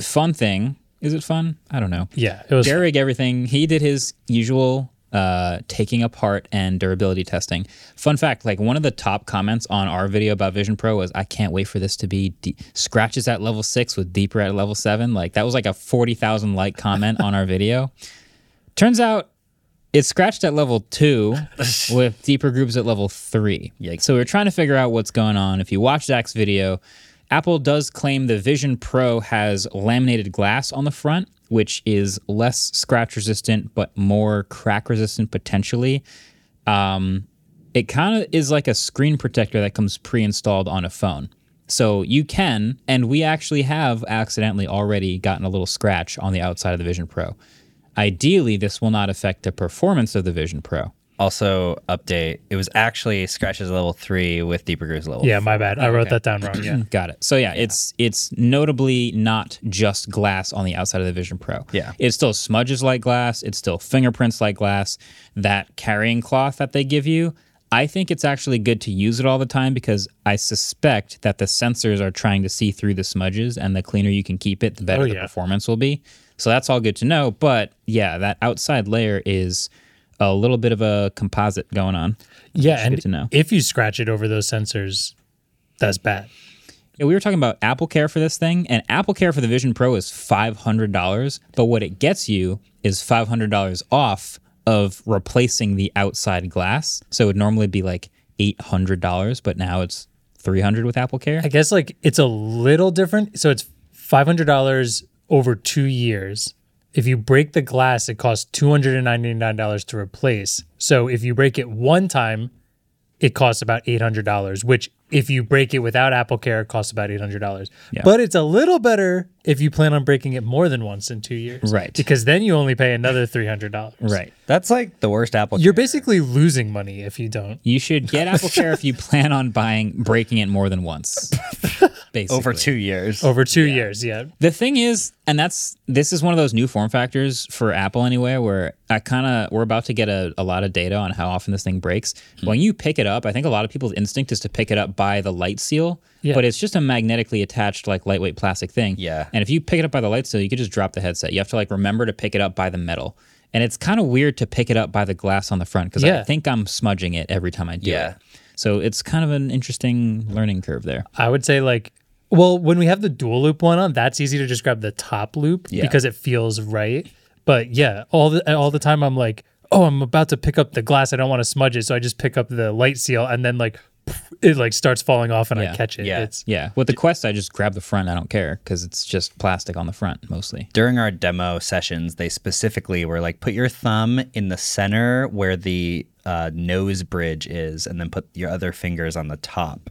A: fun thing is it fun? I don't know.
B: Yeah, it was.
A: Derek, everything he did his usual uh, taking apart and durability testing. Fun fact: like one of the top comments on our video about Vision Pro was, "I can't wait for this to be de- scratches at level six with deeper at level seven. Like that was like a forty thousand like comment on our video. Turns out it's scratched at level two with deeper groups at level three. So we're trying to figure out what's going on. If you watch Zach's video, Apple does claim the Vision Pro has laminated glass on the front, which is less scratch resistant but more crack resistant potentially. Um, it kind of is like a screen protector that comes pre-installed on a phone. So you can, and we actually have accidentally already gotten a little scratch on the outside of the Vision Pro. Ideally, this will not affect the performance of the Vision Pro.
C: also, update. It was actually scratches level three with deeper grooves level.
B: yeah, my bad. I wrote that down wrong. Yeah.
A: Mm-hmm. Got it. So yeah, it's it's notably not just glass on the outside of the Vision Pro.
C: Yeah.
A: It still smudges like glass, it still fingerprints like glass. That carrying cloth that they give you, I think it's actually good to use it all the time because I suspect that the sensors are trying to see through the smudges and the cleaner you can keep it, the better
B: Oh,
A: the
B: yeah.
A: performance will be. So that's all good to know, but yeah, that outside layer is a little bit of a composite going on.
B: Yeah, and
A: to know.
B: if you scratch it over those sensors, that's bad.
A: Yeah, we were talking about Apple Care for this thing, and Apple Care for the Vision Pro is five hundred dollars, but what it gets you is five hundred dollars off of replacing the outside glass. So it would normally be like eight hundred dollars, but now it's three hundred with Apple Care.
B: I guess like it's a little different. So it's five hundred dollars over two years. If you break the glass, it costs two hundred and ninety nine dollars to replace. So if you break it one time, it costs about eight hundred dollars. Which if you break it without Apple Care, it costs about eight hundred dollars. But it's a little better if you plan on breaking it more than once in two years,
A: Right.
B: Because then you only pay another three hundred dollars.
A: Right.
C: That's like the worst Apple.
B: You're
C: Care.
B: basically losing money if you don't.
A: You should get Apple Care if you plan on buying breaking it more than once. Basically.
C: over two years.
B: Over two years, yeah.
A: The thing is, and that's this is one of those new form factors for Apple anyway, where I kind of we're about to get a, a lot of data on how often this thing breaks. When you pick it up, I think a lot of people's instinct is to pick it up by the light seal,
B: Yeah.
A: but it's just a magnetically attached, like lightweight plastic thing.
C: Yeah.
A: And if you pick it up by the light seal, you could just drop the headset. You have to like remember to pick it up by the metal. And it's kind of weird to pick it up by the glass on the front because I
B: Yeah.
A: think I'm smudging it every time I do
C: Yeah.
A: it. So it's kind of an interesting learning curve there.
B: I would say like well, when we have the dual loop one on, that's easy to just grab the top loop because it feels right. But yeah, all the all the time I'm like, oh, I'm about to pick up the glass. I don't want to smudge it, so I just pick up the light seal and then like it like starts falling off and
A: Yeah.
B: I catch it.
C: Yeah.
B: It's
A: Yeah, with the Quest, I just grab the front. I don't care because it's just plastic on the front mostly.
C: During our demo sessions, they specifically were like, put your thumb in the center where the uh, nose bridge is, and then put your other fingers on the top.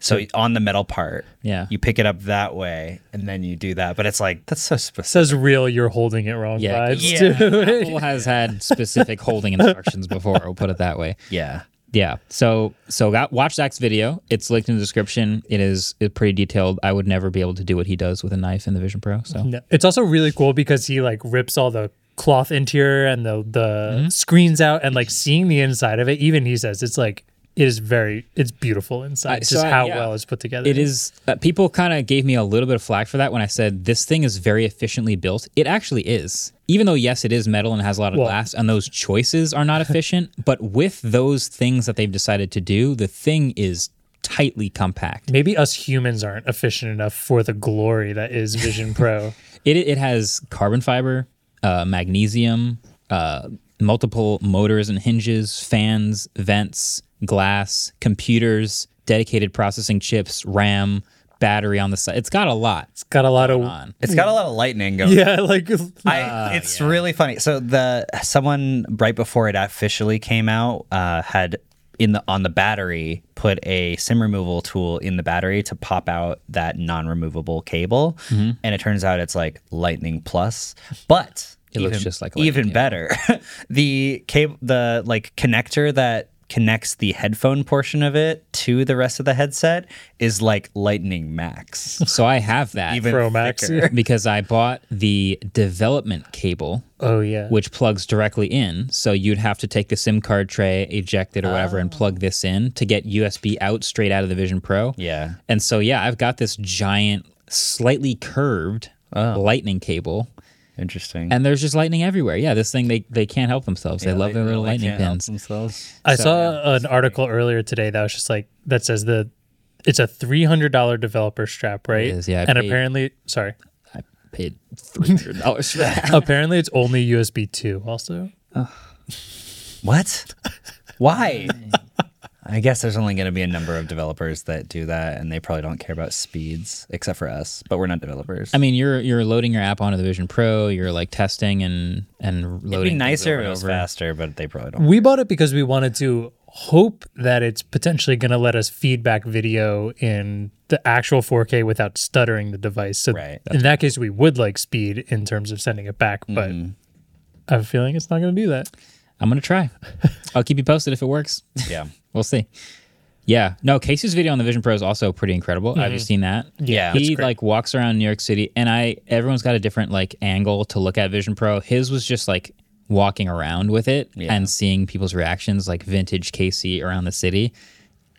C: So on the metal part,
A: Yeah.
C: you pick it up that way, and then you do that. But it's like that's so specific.
B: says real you're holding it wrong
A: Yeah,
B: vibes too.
A: Apple has had specific holding instructions before. We'll put it that way.
C: Yeah,
A: Yeah. So so got, watch Zach's video. It's linked in the description. It is it's pretty detailed. I would never be able to do what he does with a knife in the Vision Pro. So
B: No. It's also really cool because he like rips all the
A: Mm-hmm.
B: cloth interior and the the screens out and like seeing the inside of it. Even he says it's like it is very it's beautiful inside.
A: I-
B: just
A: so I-
B: how
A: yeah.
B: well it's put together.
A: It is. Uh, people kind of gave me a little bit of flack for that when I said this thing is very efficiently built. It actually is. Even though yes, it is metal and has a lot of
B: Well-
A: glass, and those choices are not efficient, but with those things that they've decided to do, the thing is tightly compact.
B: Maybe us humans aren't efficient enough for the glory that is Vision
A: [LAUGHS]
B: Pro.
A: It it has carbon fiber, uh, magnesium, uh, multiple motors and hinges, fans, vents, glass, computers, dedicated processing chips, RAM, battery on the side. It's got a lot.
B: It's got a lot of
C: It's got a lot of lightning going.
B: yeah, like
A: [LAUGHS]
B: [LAUGHS]
A: Oh,
C: I, it's really funny. So the someone right before it officially came out uh, had in the on the battery put a sim removal tool in the battery to pop out that non-removable cable,
A: Mm-hmm.
C: and it turns out it's like Lightning Plus, but
A: It looks
C: even-
A: just like Lightning,
C: even
A: yeah.
C: better. [LAUGHS] the cable, the like connector that connects the headphone portion of it to the rest of the headset is like Lightning
A: [LAUGHS]
C: Max,
A: So I have that.
C: even
B: Pro Max.
C: thicker.
A: [LAUGHS] because I bought the development cable,
B: oh yeah.
A: which plugs directly in. So you'd have to take the SIM card tray, eject it or whatever, and plug this in to get USB out straight out of the Vision Pro.
C: Yeah.
A: And so, yeah, I've got this giant, slightly curved
C: Oh.
A: lightning cable,
C: Interesting.
A: and there's just lightning everywhere. Yeah, this thing, they, they can't help themselves. they love their little lightning pins.
C: themselves.
B: I saw an article earlier today that was just like that says the it's a three hundred dollar developer strap, right?
A: is, yeah, I
B: and
A: paid-
B: apparently, sorry,
A: I paid $300 for that.
C: [LAUGHS]
B: apparently it's only USB two. Also,
C: What? Why? [LAUGHS] I guess there's only going to be a number of developers that do that, and they probably don't care about speeds, except for us. But we're not developers.
A: I mean, you're you're loading your app onto the Vision Pro. You're like testing and and loading.
C: it'd be
A: things
C: nicer
A: over
C: if it
A: and
C: was
A: over.
C: faster, but they probably [LAUGHS] don't.
B: we bought it because we wanted to hope that it's potentially going to let us feedback video in the actual 4K without stuttering the device. So
C: Right.
B: in that case, we would like speed in terms of sending it back, but
A: Mm-hmm.
B: I have a feeling it's not going to do that.
A: I'm gonna try. I'll keep you posted if it works.
C: Yeah.
A: We'll see. Yeah. No, Casey's video on the Vision Pro is also pretty incredible. Have you seen that?
C: Yeah, that's
A: He
C: great.
A: like walks around New York City and I everyone's got a different like angle to look at Vision Pro. His was just like walking around with it and seeing people's reactions like vintage Casey around the city.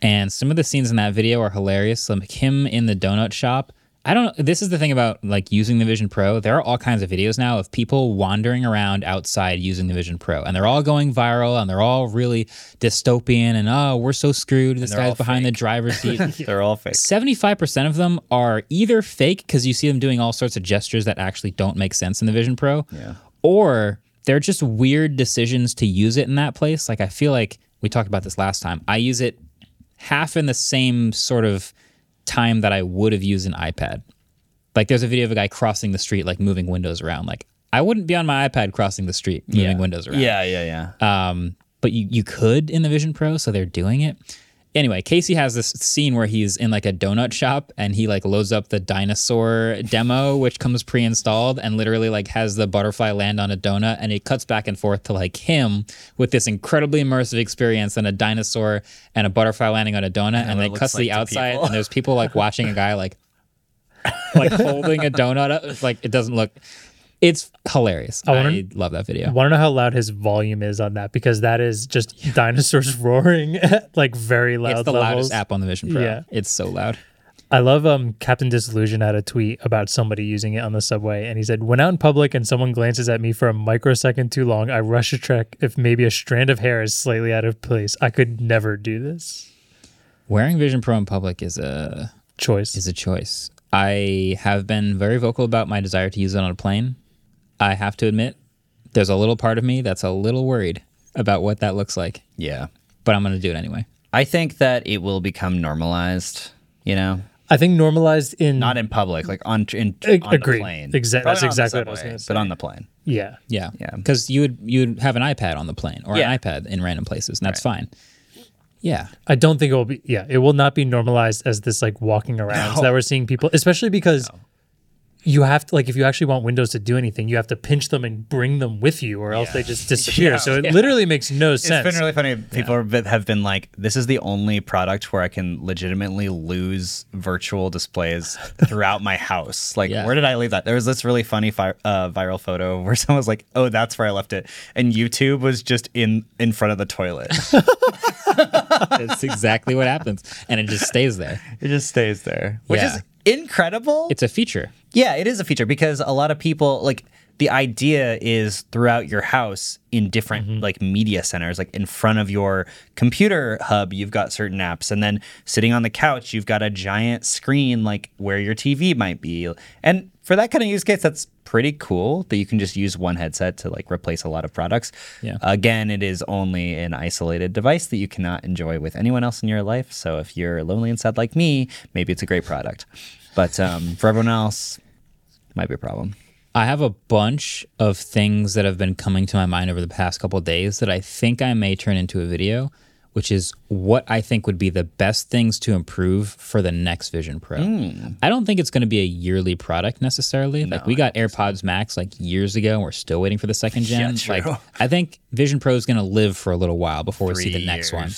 A: And some of the scenes in that video are hilarious. Like him in the donut shop. I don't this is the thing about like using the Vision Pro. There are all kinds of videos now of people wandering around outside using the Vision Pro and they're all going viral and they're all really dystopian and oh, we're so screwed. This guy's behind the driver's seat.
C: They're all fake.
A: 75% of them are either fake because you see them doing all sorts of gestures that actually don't make sense in the Vision Pro, or they're just weird decisions to use it in that place. Like, I feel like we talked about this last time. I use it half in the same sort of time that I would have used an iPad. Like, there's a video of a guy crossing the street, like moving windows around. Like, I wouldn't be on my iPad crossing the street, moving windows around
C: Yeah, Uh, yeah, yeah.
A: um, but you, you could in the Vision Pro, so they're doing it. Anyway, Casey has this scene where he's in like a donut shop and he like loads up the dinosaur demo, which comes pre-installed, and literally like has the butterfly land on a donut, and it cuts back and forth to like him with this incredibly immersive experience and a dinosaur and a butterfly landing on a donut, and,
C: what
A: then
C: it
A: cuts
C: looks
A: to the
C: like to
A: outside,
C: people.
A: and there's people like watching a guy
C: [LAUGHS]
A: like like holding a donut up. It's like it doesn't look. It's hilarious. I,
B: wanna-
A: love that video.
B: I want to know how loud his volume is on that because that is just dinosaurs [LAUGHS] roaring at like very loud
A: It's the
B: levels.
A: loudest app on the Vision Pro.
B: Yeah.
A: It's so loud.
B: I love um Captain Disillusion had a tweet about somebody using it on the subway and he said, When out in public and someone glances at me for a microsecond too long, I rush a trek if maybe a strand of hair is slightly out of place. I could never do this.
A: Wearing Vision Pro in public is a
B: Choice.
A: is a choice. I have been very vocal about my desire to use it on a plane. I have to admit, there's a little part of me that's a little worried about what that looks like,
C: Yeah.
A: but I'm going to do it anyway.
C: I think that it will become normalized. You know,
B: I think normalized in
C: not in public, like on in
B: Ag-
C: on
B: agreed.
C: the plane.
B: Exa- that's
C: Probably not on the
B: exactly what I was
C: subway,
B: gonna say.
C: But on the plane.
B: Yeah.
A: Yeah,
C: Yeah.
A: Because you would you would have an iPad on the plane or
C: Yeah.
A: an iPad in random places, and that's fine. Yeah,
B: I don't think it will be yeah, it will not be normalized as this like walking around that we're seeing people, especially because you have to like if you actually want windows to do anything, you have to pinch them and bring them with you, or else they just disappear. so it literally makes no sense.
C: It's been really funny. People have been- have been like, "This is the only product where I can legitimately lose
A: [LAUGHS]
C: virtual displays throughout my house." Like,
A: Yeah.
C: where did I leave that? There was this really funny fi- uh, viral photo [LAUGHS] where someone was like, "Oh, that's where I left it," and YouTube was just in in front of the toilet.
A: [LAUGHS] That's exactly what happens, and it just stays there.
C: it just stays there, which
A: Yeah.
C: is incredible.
A: It's a feature.
C: Yeah, it is a feature because a lot of people like the idea is throughout your house in different like media centers, like in front of your computer hub, you've got certain apps, and then sitting on the couch, you've got a giant screen like where your TV might be. And for that kind of use case, that's pretty cool that you can just use one headset to like replace a lot of products.
A: Yeah.
C: Again, it is only an isolated device that you cannot enjoy with anyone else in your life. So if you're lonely and sad like me, maybe it's a great product. But um, for everyone else, might be a problem.
A: I have a bunch of things that have been coming to my mind over the past couple of days that I think I may turn into a video, which is what I think would be the best things to improve for the next Vision Pro. I don't think it's going to be a yearly product necessarily. like we got AirPods Max like years ago, and we're still waiting for the second gen. like I think Vision Pro is going to live for a little while before we see the next one.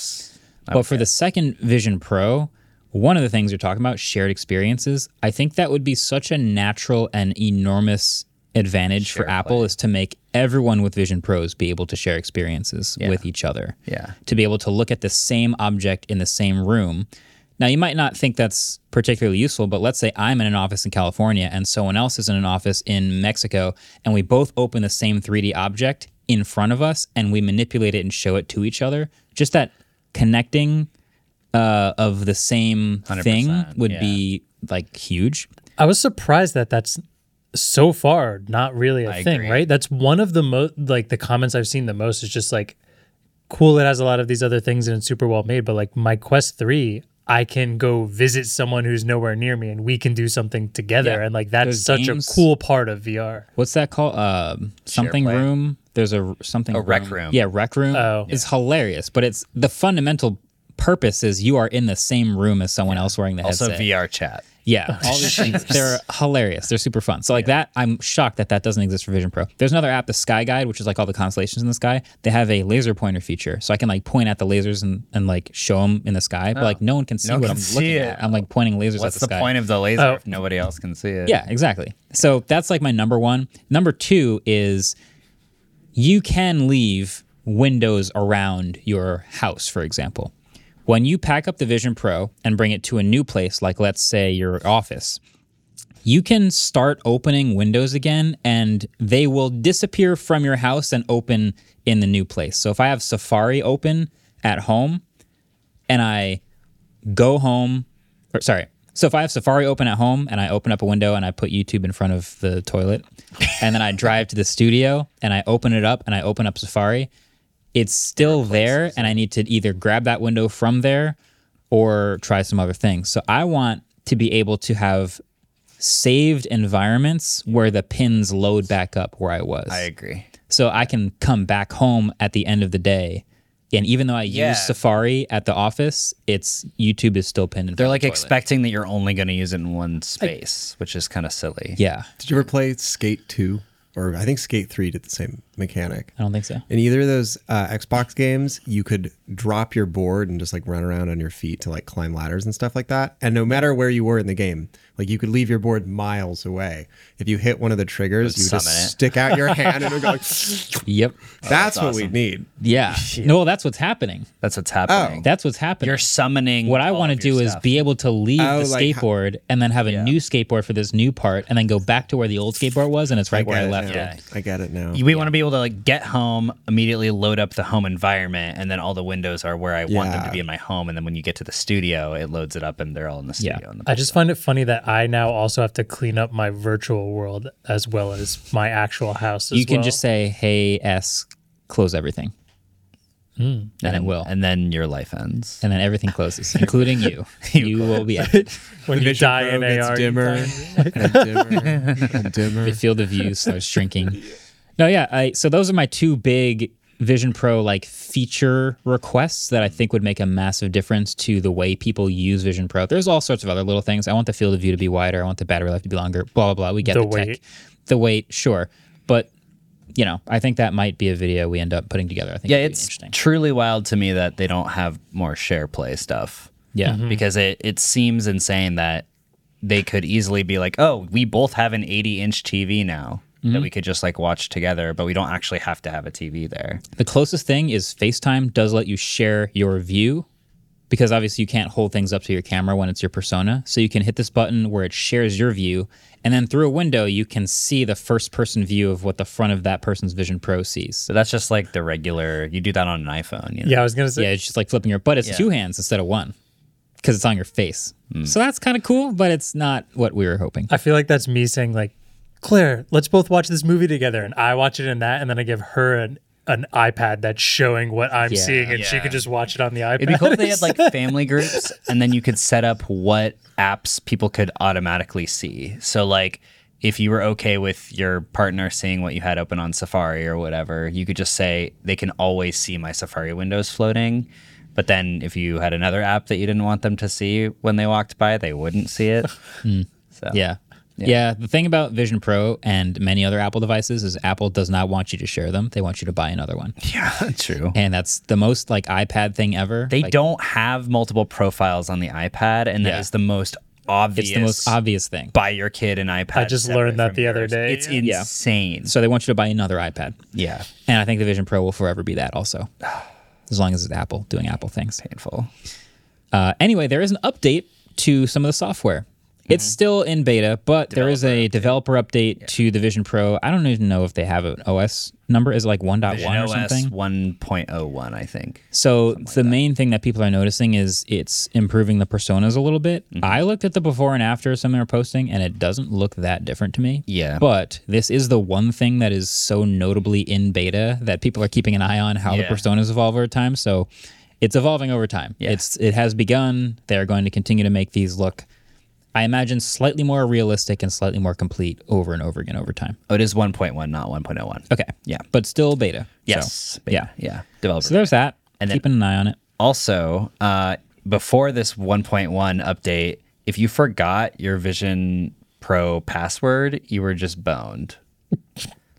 A: But for the second Vision Pro, one of the things you're talking about, shared experiences, I think that would be such a natural and enormous advantage for Apple is to make everyone with Vision Pros be able to share experiences with each other.
C: Yeah.
A: To be able to look at the same object in the same room. Now, you might not think that's particularly useful, but let's say I'm in an office in California and someone else is in an office in Mexico, and we both open the same 3D object in front of us and we manipulate it and show it to each other. Just that connecting uh, of the same thing
C: 100%,
A: would
C: yeah.
A: be like huge.
B: I was surprised that that's so far not really a thing,
C: agree.
B: right? That's one of the most like the comments I've seen the most is just like cool it has a lot of these other things and it's super well made, but like my Quest 3, I can go visit someone who's nowhere near me and we can do something together
A: Yeah.
B: and like that's
A: Those
B: such
A: games-
B: a cool part of VR.
A: What's that called? Uh, something
C: play.
A: room. There's a r- something. A
C: rec room.
A: Yeah, rec room.
B: Oh.
A: is hilarious, but it's the fundamental purpose is you are in the same room as someone else wearing the
C: also
A: headset.
C: VR chat. [LAUGHS]
A: Yeah, all these things. They're hilarious. They're super fun. So like that, I'm shocked that that doesn't exist for Vision Pro. There's another app, the Sky Guide, which is like all the constellations in the sky. They have a laser pointer feature, so I can like point at the lasers and, and like show them in the sky, but like no one can see
C: Oh. No
A: what
C: can
A: I'm
C: see
A: looking
C: it.
A: at. I'm like pointing lasers
C: What's
A: at
C: the
A: the, sky.
C: point of the laser
B: Oh.
C: if nobody else can see it?
A: Yeah, exactly. So that's like my number one. Number two is you can leave windows around your house, for example. When you pack up the Vision Pro and bring it to a new place, like let's say your office, you can start opening windows again and they will disappear from your house and open in the new place. So if I have Safari open at home and I go home or sorry so if i have safari open at home and i open up a window and i put youtube in front of the toilet and then i drive to the studio and i open it up and i open up safari it's still there and i need to either grab that window from there or try some other things so i want to be able to have saved environments where the pins load back up where i was
C: I agree.
A: so I can come back home at the end of the day. And even though I
C: Yeah.
A: use Safari at the office, it's YouTube is still pinned. in
C: They're
A: front of
C: like
A: the toilet.
C: expecting that you're only going to use it in one space, which is kind of silly.
A: yeah.
E: Did you ever play Skate 2? Or I think Skate 3 did the same mechanic.
A: I don't think so.
E: In either of those uh, Xbox games, you could drop your board and just like run around on your feet to like climb ladders and stuff like that. And no matter where you were in the game, like you could leave your board miles away. If you hit one of the triggers, you would
C: summon it.
E: just stick out your hand and it would go like,
A: Yep.
E: that's what we need.
A: Yeah. No, well, that's what's happening.
C: That's what's happening.
A: That's what's happening.
C: you're summoning.
A: what I
C: all
A: want to
C: of your
A: do
C: stuff.
A: is be able to leave
E: Oh,
A: the
E: like ho-
A: skateboard and then have a new skateboard for this new part and then go back to where the old skateboard was and it's right where I
E: Get it
A: left
E: now.
A: it.
E: I get it now.
C: we want to be able to like get home immediately load up the home environment and then all the windows are where i want them to
E: Yeah.
C: be in my home and then when you get to the studio it loads it up and they're all in the
A: Yeah.
C: studio in the
B: I just find it funny that I now also have to clean up my virtual world as well as my actual house. As
A: You can
B: well.
A: just say, hey, S, close everything. and it will.
C: and then your life ends
A: And then everything closes, including you. you will be out.
B: when you
E: Vision
B: die
E: Pro
B: in
E: gets
B: AR, you
E: dimmer
B: die in-
E: and dimmer and
B: [LAUGHS]
E: dimmer.
A: the field of view starts shrinking. No, yeah. I, so those are my two big Vision Pro like feature requests that I think would make a massive difference to the way people use Vision Pro. There's all sorts of other little things. I want the field of view to be wider. I want the battery life to be longer. Blah blah blah. We get
B: The
A: the, tech,
B: weight.
A: the weight, sure, but you know, I think that might be a video we end up putting together. I think
C: Yeah,
A: it'd be
C: it's
A: interesting.
C: truly wild to me that they don't have more share play stuff.
A: Yeah.
C: Because it, it seems insane that they could easily be like, oh, we both have an 80 inch TV now that we could just like watch together, but we don't actually have to have a TV there.
A: The closest thing is FaceTime does let you share your view because obviously you can't hold things up to your camera when it's your persona. So you can hit this button where it shares your view, and then through a window, you can see the first person view of what the front of that person's Vision Pro sees.
C: So that's just like the regular, you do that on an iPhone. You know?
B: Yeah, I was gonna say.
A: Yeah, it's just like flipping your, but it's
C: Yeah.
A: two hands instead of one because it's on your face. So that's kind of cool, but it's not what we were hoping.
B: I feel like that's me saying like, Claire, let's both watch this movie together, and I watch it in that, and then I give her an an iPad that's showing what I'm
A: Yeah.
B: seeing, and she could just watch it on the iPad.
C: It'd be cool if they had like family groups and then you could set up what apps people could automatically see. So like if you were okay with your partner seeing what you had open on Safari or whatever, you could just say they can always see my Safari windows floating. But then if you had another app that you didn't want them to see when they walked by, they wouldn't see it. So
A: Yeah. yeah. The thing about Vision Pro and many other Apple devices is Apple does not want you to share them. They want you to buy another one.
C: Yeah, true.
A: And that's the most like iPad thing ever.
C: They
A: Like,
C: don't have multiple profiles on the iPad and
A: Yeah.
C: that is the most obvious
A: It's the most obvious thing.
C: buy your kid an iPad.
B: I just
C: separate
B: learned that
C: from
B: the other
C: yours.
B: day.
C: It's
A: Yeah.
C: insane.
A: So they want you to buy another iPad.
C: Yeah,
A: And I think the Vision Pro will forever be that also. [SIGHS] As long as it's Apple doing Apple things.
C: painful.
A: Uh, anyway, there is an update to some of the software. It's
C: Mm-hmm.
A: still in beta, but there is a developer update to the Vision Pro. I don't even know if they have an OS number. Is it like 1.1 or something?
C: 1.01, I think.
A: So the main thing that people are noticing is it's improving the personas a little bit.
C: Mm-hmm.
A: I looked at the before and after some are posting, and it doesn't look that different to me.
C: Yeah.
A: But this is the one thing that is so notably in beta that people are keeping an eye on how the
C: Yeah.
A: personas evolve over time. So it's evolving over time.
C: Yeah.
A: It's it has begun. They are going to continue to make these look, I imagine, slightly more realistic and slightly more complete over and over again over time.
C: Oh, it is 1.1, not 1.01.
A: Okay.
C: Yeah.
A: But still beta.
C: Yes.
A: So, yeah.
C: Yeah. Developer.
A: So there's that. And
C: And then-
A: keeping an eye on it.
C: also, uh, before this 1.1 update, if you forgot your Vision Pro password, you were just boned. [LAUGHS]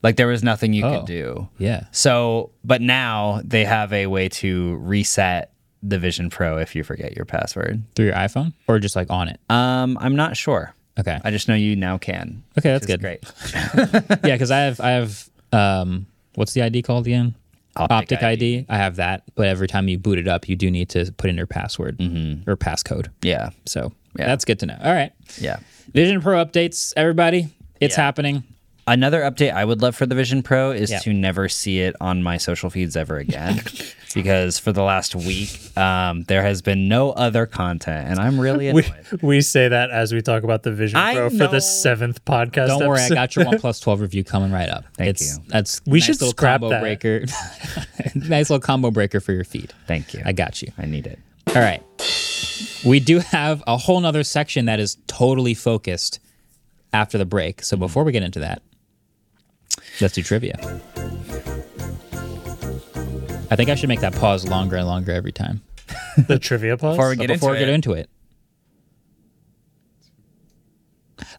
C: like there was nothing you
A: Oh.
C: could do.
A: Yeah.
C: So, but now they have a way to reset the Vision Pro if you forget your password.
A: Through your iPhone or just like on it?
C: Um, I'm not sure.
A: Okay.
C: I just know you now can.
A: Okay, that's
C: which is
A: good.
C: Great.
A: [LAUGHS] yeah, because I have I have um what's the ID called again?
C: Optic
A: ID. I have that, but every time you boot it up, you do need to put in your password or passcode.
C: Yeah.
A: So
C: Mm-hmm. Yeah.
A: that's good to know. All right,
C: Yeah.
A: Vision Pro updates, everybody. It's
C: Yeah.
A: happening.
C: Another update I would love for the Vision Pro is
A: Yeah.
C: to never see it on my social feeds ever [LAUGHS] again, because for the last week um, there has been no other content, and I'm [LAUGHS]
B: [LAUGHS]
C: really
B: we,
C: annoyed.
B: we say that as we talk about the Vision
C: I
B: Pro for
C: know.
B: the seventh podcast.
A: Don't worry, I
B: episode.
A: got
C: [LAUGHS]
A: your One 12 review coming right up.
C: Thank
A: it's,
C: you.
A: That's
B: We
A: nice
B: should
A: little
B: scrap
A: combo
B: that.
A: breaker. [LAUGHS] nice little combo breaker for your feed.
C: Thank you.
A: I got you.
C: I need it.
A: All right. We do have a whole nother section that is totally focused after the break. So before we get into that, let's do trivia. I think I should make that pause longer and longer every time.
B: the trivia pause.
C: Before we
A: But
C: get
A: before we
C: into
A: get
C: it,
A: into it.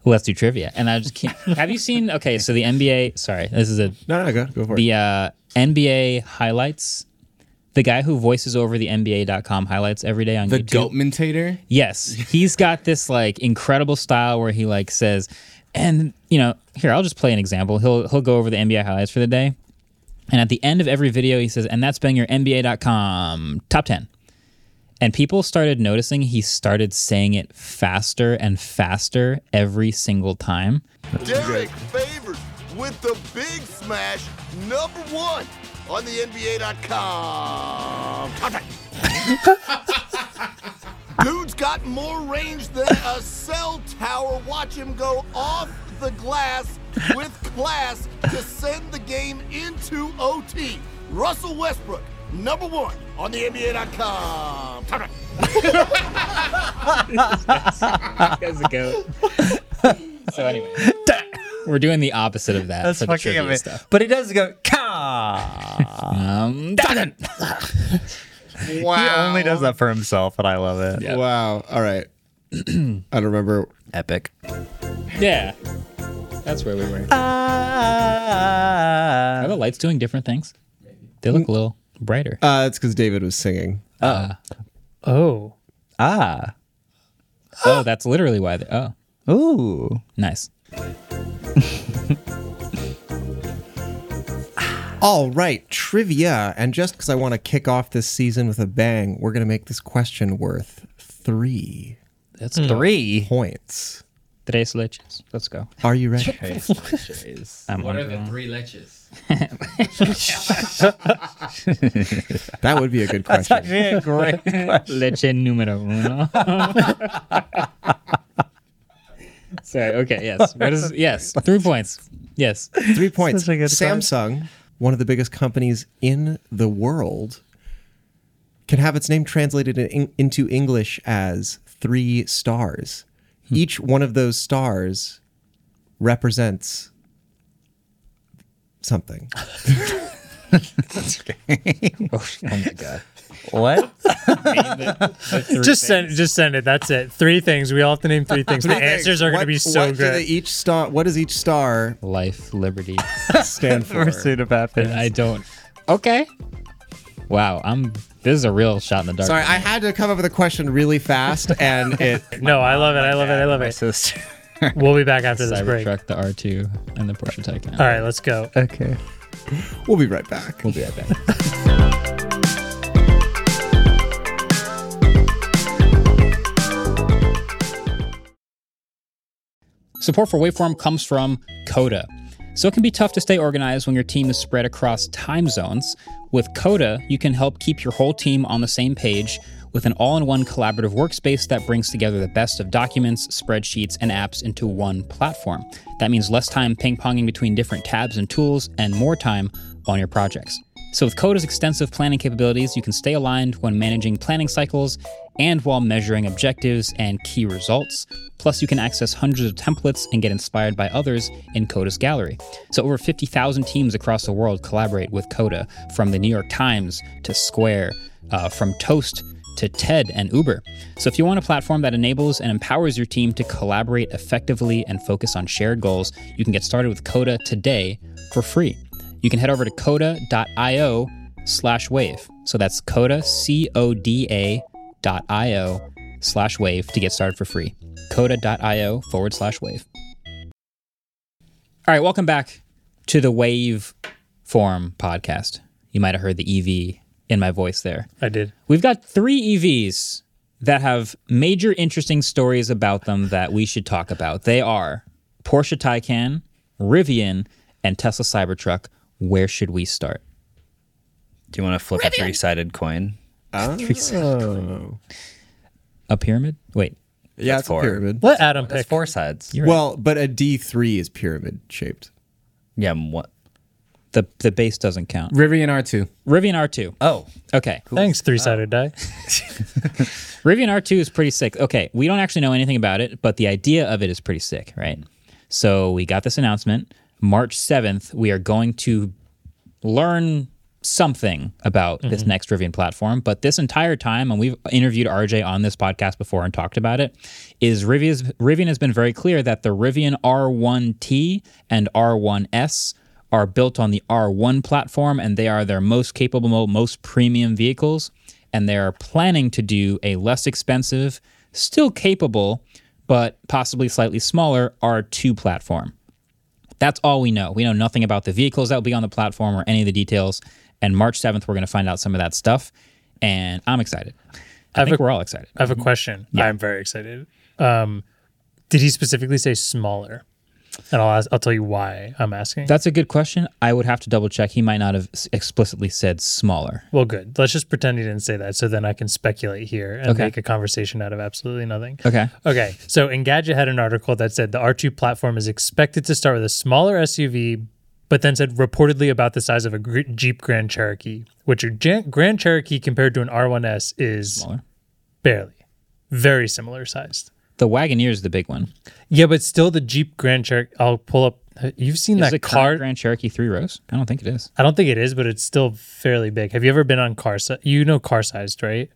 A: Let's do trivia. And I just can't [LAUGHS] have you seen okay, so the NBA sorry, this is a
E: No, no, go, go for
A: the uh, NBA highlights. The guy who voices over the NBA.com highlights every day on
D: The
A: YouTube.
D: Goatmentator.
A: Yes, he's got this like incredible style where he like says, and you know, here I'll just play an example. He'll he'll go over the NBA highlights for the day, and at the end of every video he says, and that's been your NBA.com top ten. And people started noticing he started saying it faster and faster every single time.
G: Derek Favors with the big smash, number one on the NBA.com. Top ten. Dude's got more range than a cell tower. Watch him go off the glass with class to send the game into OT. Russell Westbrook, number one on the NBA.com. Top ten.
A: So anyway, We're doing the opposite of that
C: That's
A: for the
C: fucking
A: trivia
C: amazing.
A: stuff.
C: But he does go ka.
A: Um,
C: he
G: Wow.
C: only does that for himself, and I love it.
A: Yeah.
E: Wow. All right. [CLEARS THROAT] I don't remember.
C: Epic.
A: yeah, that's where we were.
C: Ah.
A: Are the lights doing different things? They look a little brighter.
E: Uh, it's because David was singing.
B: Oh,
C: ah.
A: oh, that's literally why. They, oh,
C: Ooh.
A: nice.
E: All right, trivia. And just because I want to kick off this season with a bang, we're going to make this question worth three
A: That's
C: Hmm.
A: us go.
C: Three.
E: points.
A: Tres leches. Let's go.
E: Are you ready?
A: I'm
D: What are
A: hungry.
D: the three leches?
E: That would be
C: [LAUGHS]
E: a good question.
C: Yeah, great.
A: Leche numero
C: [LAUGHS]
A: uno. Sorry. Okay. Yes. What is? Yes. Three points. Yes.
E: Three points.
C: Such a good
E: Samsung, one of the biggest companies in the world, can have its name translated in, into English as three stars.
C: Hmm.
E: Each one of those stars represents something.
C: [LAUGHS] What?
B: just send just send it. That's it. Three things. We all have to name
C: [LAUGHS]
B: three things. the answers are going to
E: What-
B: be so
E: what do
B: good.
E: they each star, what does each star
A: Life, liberty.
C: [LAUGHS]
E: stand for?
C: Pursuit of happiness.
A: I don't. Okay. Wow. I'm. This is a real shot in the dark.
E: Sorry, I had to come up with a question really
B: [LAUGHS]
E: fast, and it
B: no, I love it. I love it. I love
C: My
B: it.
C: sister.
B: We'll be back after this break.
A: Cybertruck, the R2, and the Porsche Taycan.
B: All right, let's go.
C: Okay.
E: we'll be right back.
A: We'll be right back. Support for Waveform comes from Coda. So it can be tough to stay organized when your team is spread across time zones. With Coda, you can help keep your whole team on the same page with an all in one collaborative workspace that brings together the best of documents, spreadsheets, and apps into one platform. That means less time ping ponging between different tabs and tools and more time on your projects. So, with Coda's extensive planning capabilities, you can stay aligned when managing planning cycles and while measuring objectives and key results. Plus, you can access hundreds of templates and get inspired by others in Coda's gallery. So, over 50,000 teams across the world collaborate with Coda, from the New York Times to Square, uh, from Toast to TED and Uber. So, if you want a platform that enables and empowers your team to collaborate effectively and focus on shared goals, you can get started with Coda today for free you can head over to coda.io slash wave. So that's coda, C O D A dot io slash wave to get started for free. Coda.io forward slash wave. All right, welcome back to the Wave Form podcast. You might have heard the EV in my voice there.
B: I did.
A: We've got three EVs that have major interesting stories about them that we should talk about. They are Porsche Taycan, Rivian, and Tesla Cybertruck. Where should we start?
C: Do you want to flip a three-sided coin?
E: Oh.
A: A pyramid? Wait.
E: Yeah,
C: That's
E: it's
C: four.
E: a pyramid.
B: Let Adam
C: That's
B: pick.
C: four sides.
E: Well, but a D three is pyramid shaped.
C: Yeah. m- What?
A: The the base doesn't count.
D: Rivian R2.
A: Rivian R2.
C: Oh.
A: Okay.
B: Thanks, three sided die.
A: Rivian R2 is pretty sick. Okay, we don't actually know anything about it, but the idea of it is pretty sick, right? So we got this announcement. March 7th, we are going to learn something about this next Rivian platform. But this entire time, and we've interviewed RJ on this podcast before and talked about it, is Rivian's, Rivian has been very clear that the Rivian R1T and R1S are built on the R1 platform and they are their most capable, most premium vehicles. And they are planning to do a less expensive, still capable, but possibly slightly smaller R2 platform. That's all we know. We know nothing about the vehicles that will be on the platform or any of the details. And March 7th, we're going to find out some of that stuff. And I'm excited. I, think we're all excited.
B: I have a question. I'm very excited. Um, did he specifically say smaller? And I'll ask, I'll tell you why I'm asking.
A: That's a good question. I would have to double check. He might not have s- explicitly said smaller.
B: well, good. Let's just pretend he didn't say that, so then I can speculate here and
A: Okay.
B: make a conversation out of absolutely nothing.
A: Okay.
B: Okay, so Engadget had an article that said the R2 platform is expected to start with a smaller SUV, but then said reportedly about the size of a Gr- Jeep Grand Cherokee, which a Jan- Grand Cherokee compared to an R1S is
A: Smaller.
B: barely, very similar sized.
A: The Wagoneer is the big one.
B: Yeah, but still the Jeep Grand Cherokee. I'll pull up Uh, You've seen
A: Is
B: that
A: it car
B: car.
A: Grand Cherokee three rows? I don't think it is.
B: I don't think it is, but it's still fairly big. Have you ever been on car? Si- you know, car sized, right?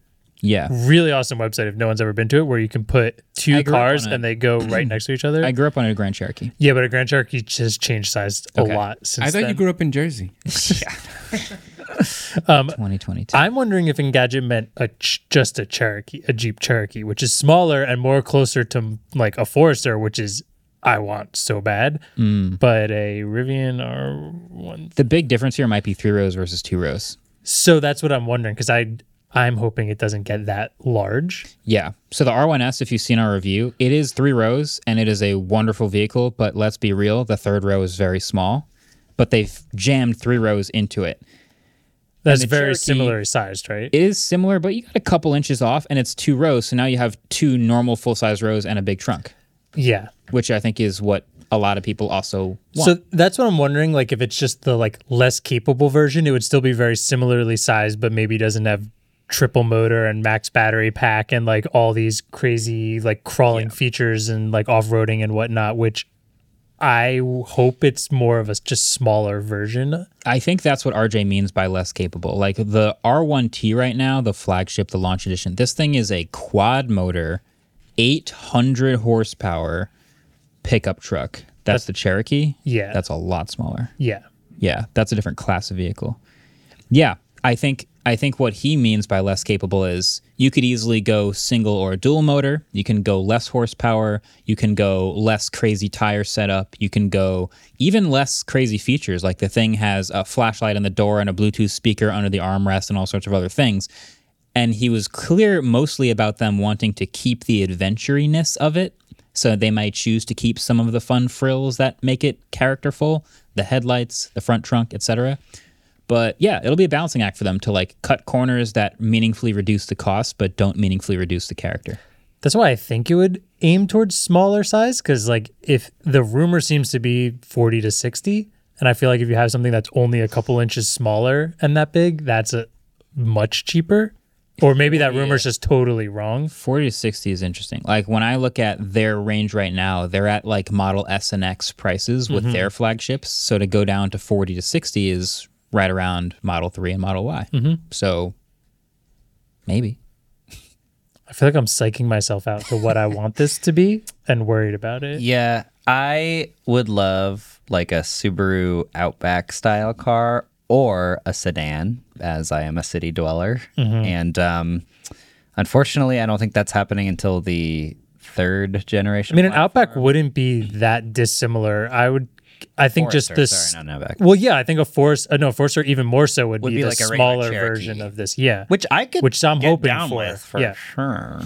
A: Yeah,
B: Really awesome website if no one's ever been to it, where you can put
A: I
B: two
A: grew up
B: cars
A: on it.
B: and
A: [CLEARS THROAT]
B: they go right next to each other.
A: I grew up on a Grand Cherokee.
B: yeah, but a Grand Cherokee has changed size a
A: Okay.
B: lot since
D: I thought
B: then.
D: you grew up in Jersey.
A: 2022.
B: I'm wondering if Engadget meant a ch- just a Cherokee, a Jeep Cherokee, which is smaller and more closer to like a Forester, which is I want so bad.
A: Mm.
B: But a Rivian or one.
A: the big difference here might be three rows versus two rows.
B: So that's what I'm wondering because I I'm hoping it doesn't get that large.
A: Yeah. So the R1S, if you've seen our review, it is three rows and it is a wonderful vehicle. But let's be real, the third row is very small. But they've jammed three rows into it.
B: That's
A: the
B: very
A: Cherokee-
B: similarly sized, right?
A: It is similar, but you got a couple inches off and it's two rows. So now you have two normal full size rows and a big trunk,
B: yeah.
A: which I think is what a lot of people also want.
B: So that's what I'm wondering. Like, if it's just the like less capable version, it would still be very similarly sized, but maybe doesn't have triple motor and max battery pack and like all these crazy like crawling features and like off roading and whatnot. Which I w- hope it's more of a s- just smaller version.
A: I think that's what RJ means by less capable. Like the R1T right now, the flagship, the launch edition, this thing is a quad motor, 800 horsepower pickup truck. That's the Cherokee.
B: Yeah.
A: That's a lot smaller.
B: Yeah,
A: Yeah. That's a different class of vehicle. Yeah. I think I think what he means by less capable is you could easily go single or dual motor. You can go less horsepower. You can go less crazy tire setup. You can go even less crazy features. Like the thing has a flashlight in the door and a Bluetooth speaker under the armrest and all sorts of other things. And he was clear mostly about them wanting to keep the adventuriness of it. So they might choose to keep some of the fun frills that make it characterful, the headlights, the front trunk, etc. But yeah, it'll be a balancing act for them to like cut corners that meaningfully reduce the cost but don't meaningfully reduce the character.
B: that's why I think it would aim towards smaller size because like if the rumor seems to be 40 to 60, and I feel like if you have something that's only a couple inches smaller and that big, that's a much cheaper. Or maybe that rumor's just totally wrong.
A: 40 to 60 is interesting. Like when I look at their range right now, they're at like Model S and X prices with
C: Mm-hmm.
A: their flagships. So to go down to 40 to 60 is right around Model 3 and Model Y.
C: Mm-hmm.
A: So maybe.
B: I feel like I'm psyching myself out to what I want this to be and worried about it.
C: Yeah, I would love like a Subaru Outback style car or a sedan, as I am a city dweller.
B: Mm-hmm.
C: And um, unfortunately, I don't think that's happening until the third
B: I
C: generation.
B: mean, an Outback wouldn't be that dissimilar. I would, I think just
C: Forester,
B: this.
C: sorry, not an Outback.
B: Well, yeah, I think a Forest, uh, no, Forester even more so would, be,
C: be
B: the
C: like a regular
B: smaller
C: Cherokee.
B: version of this. Yeah,
C: which I could,
B: which I'm
C: get
B: hoping
C: down
B: for.
C: with for
B: Yeah.
C: sure.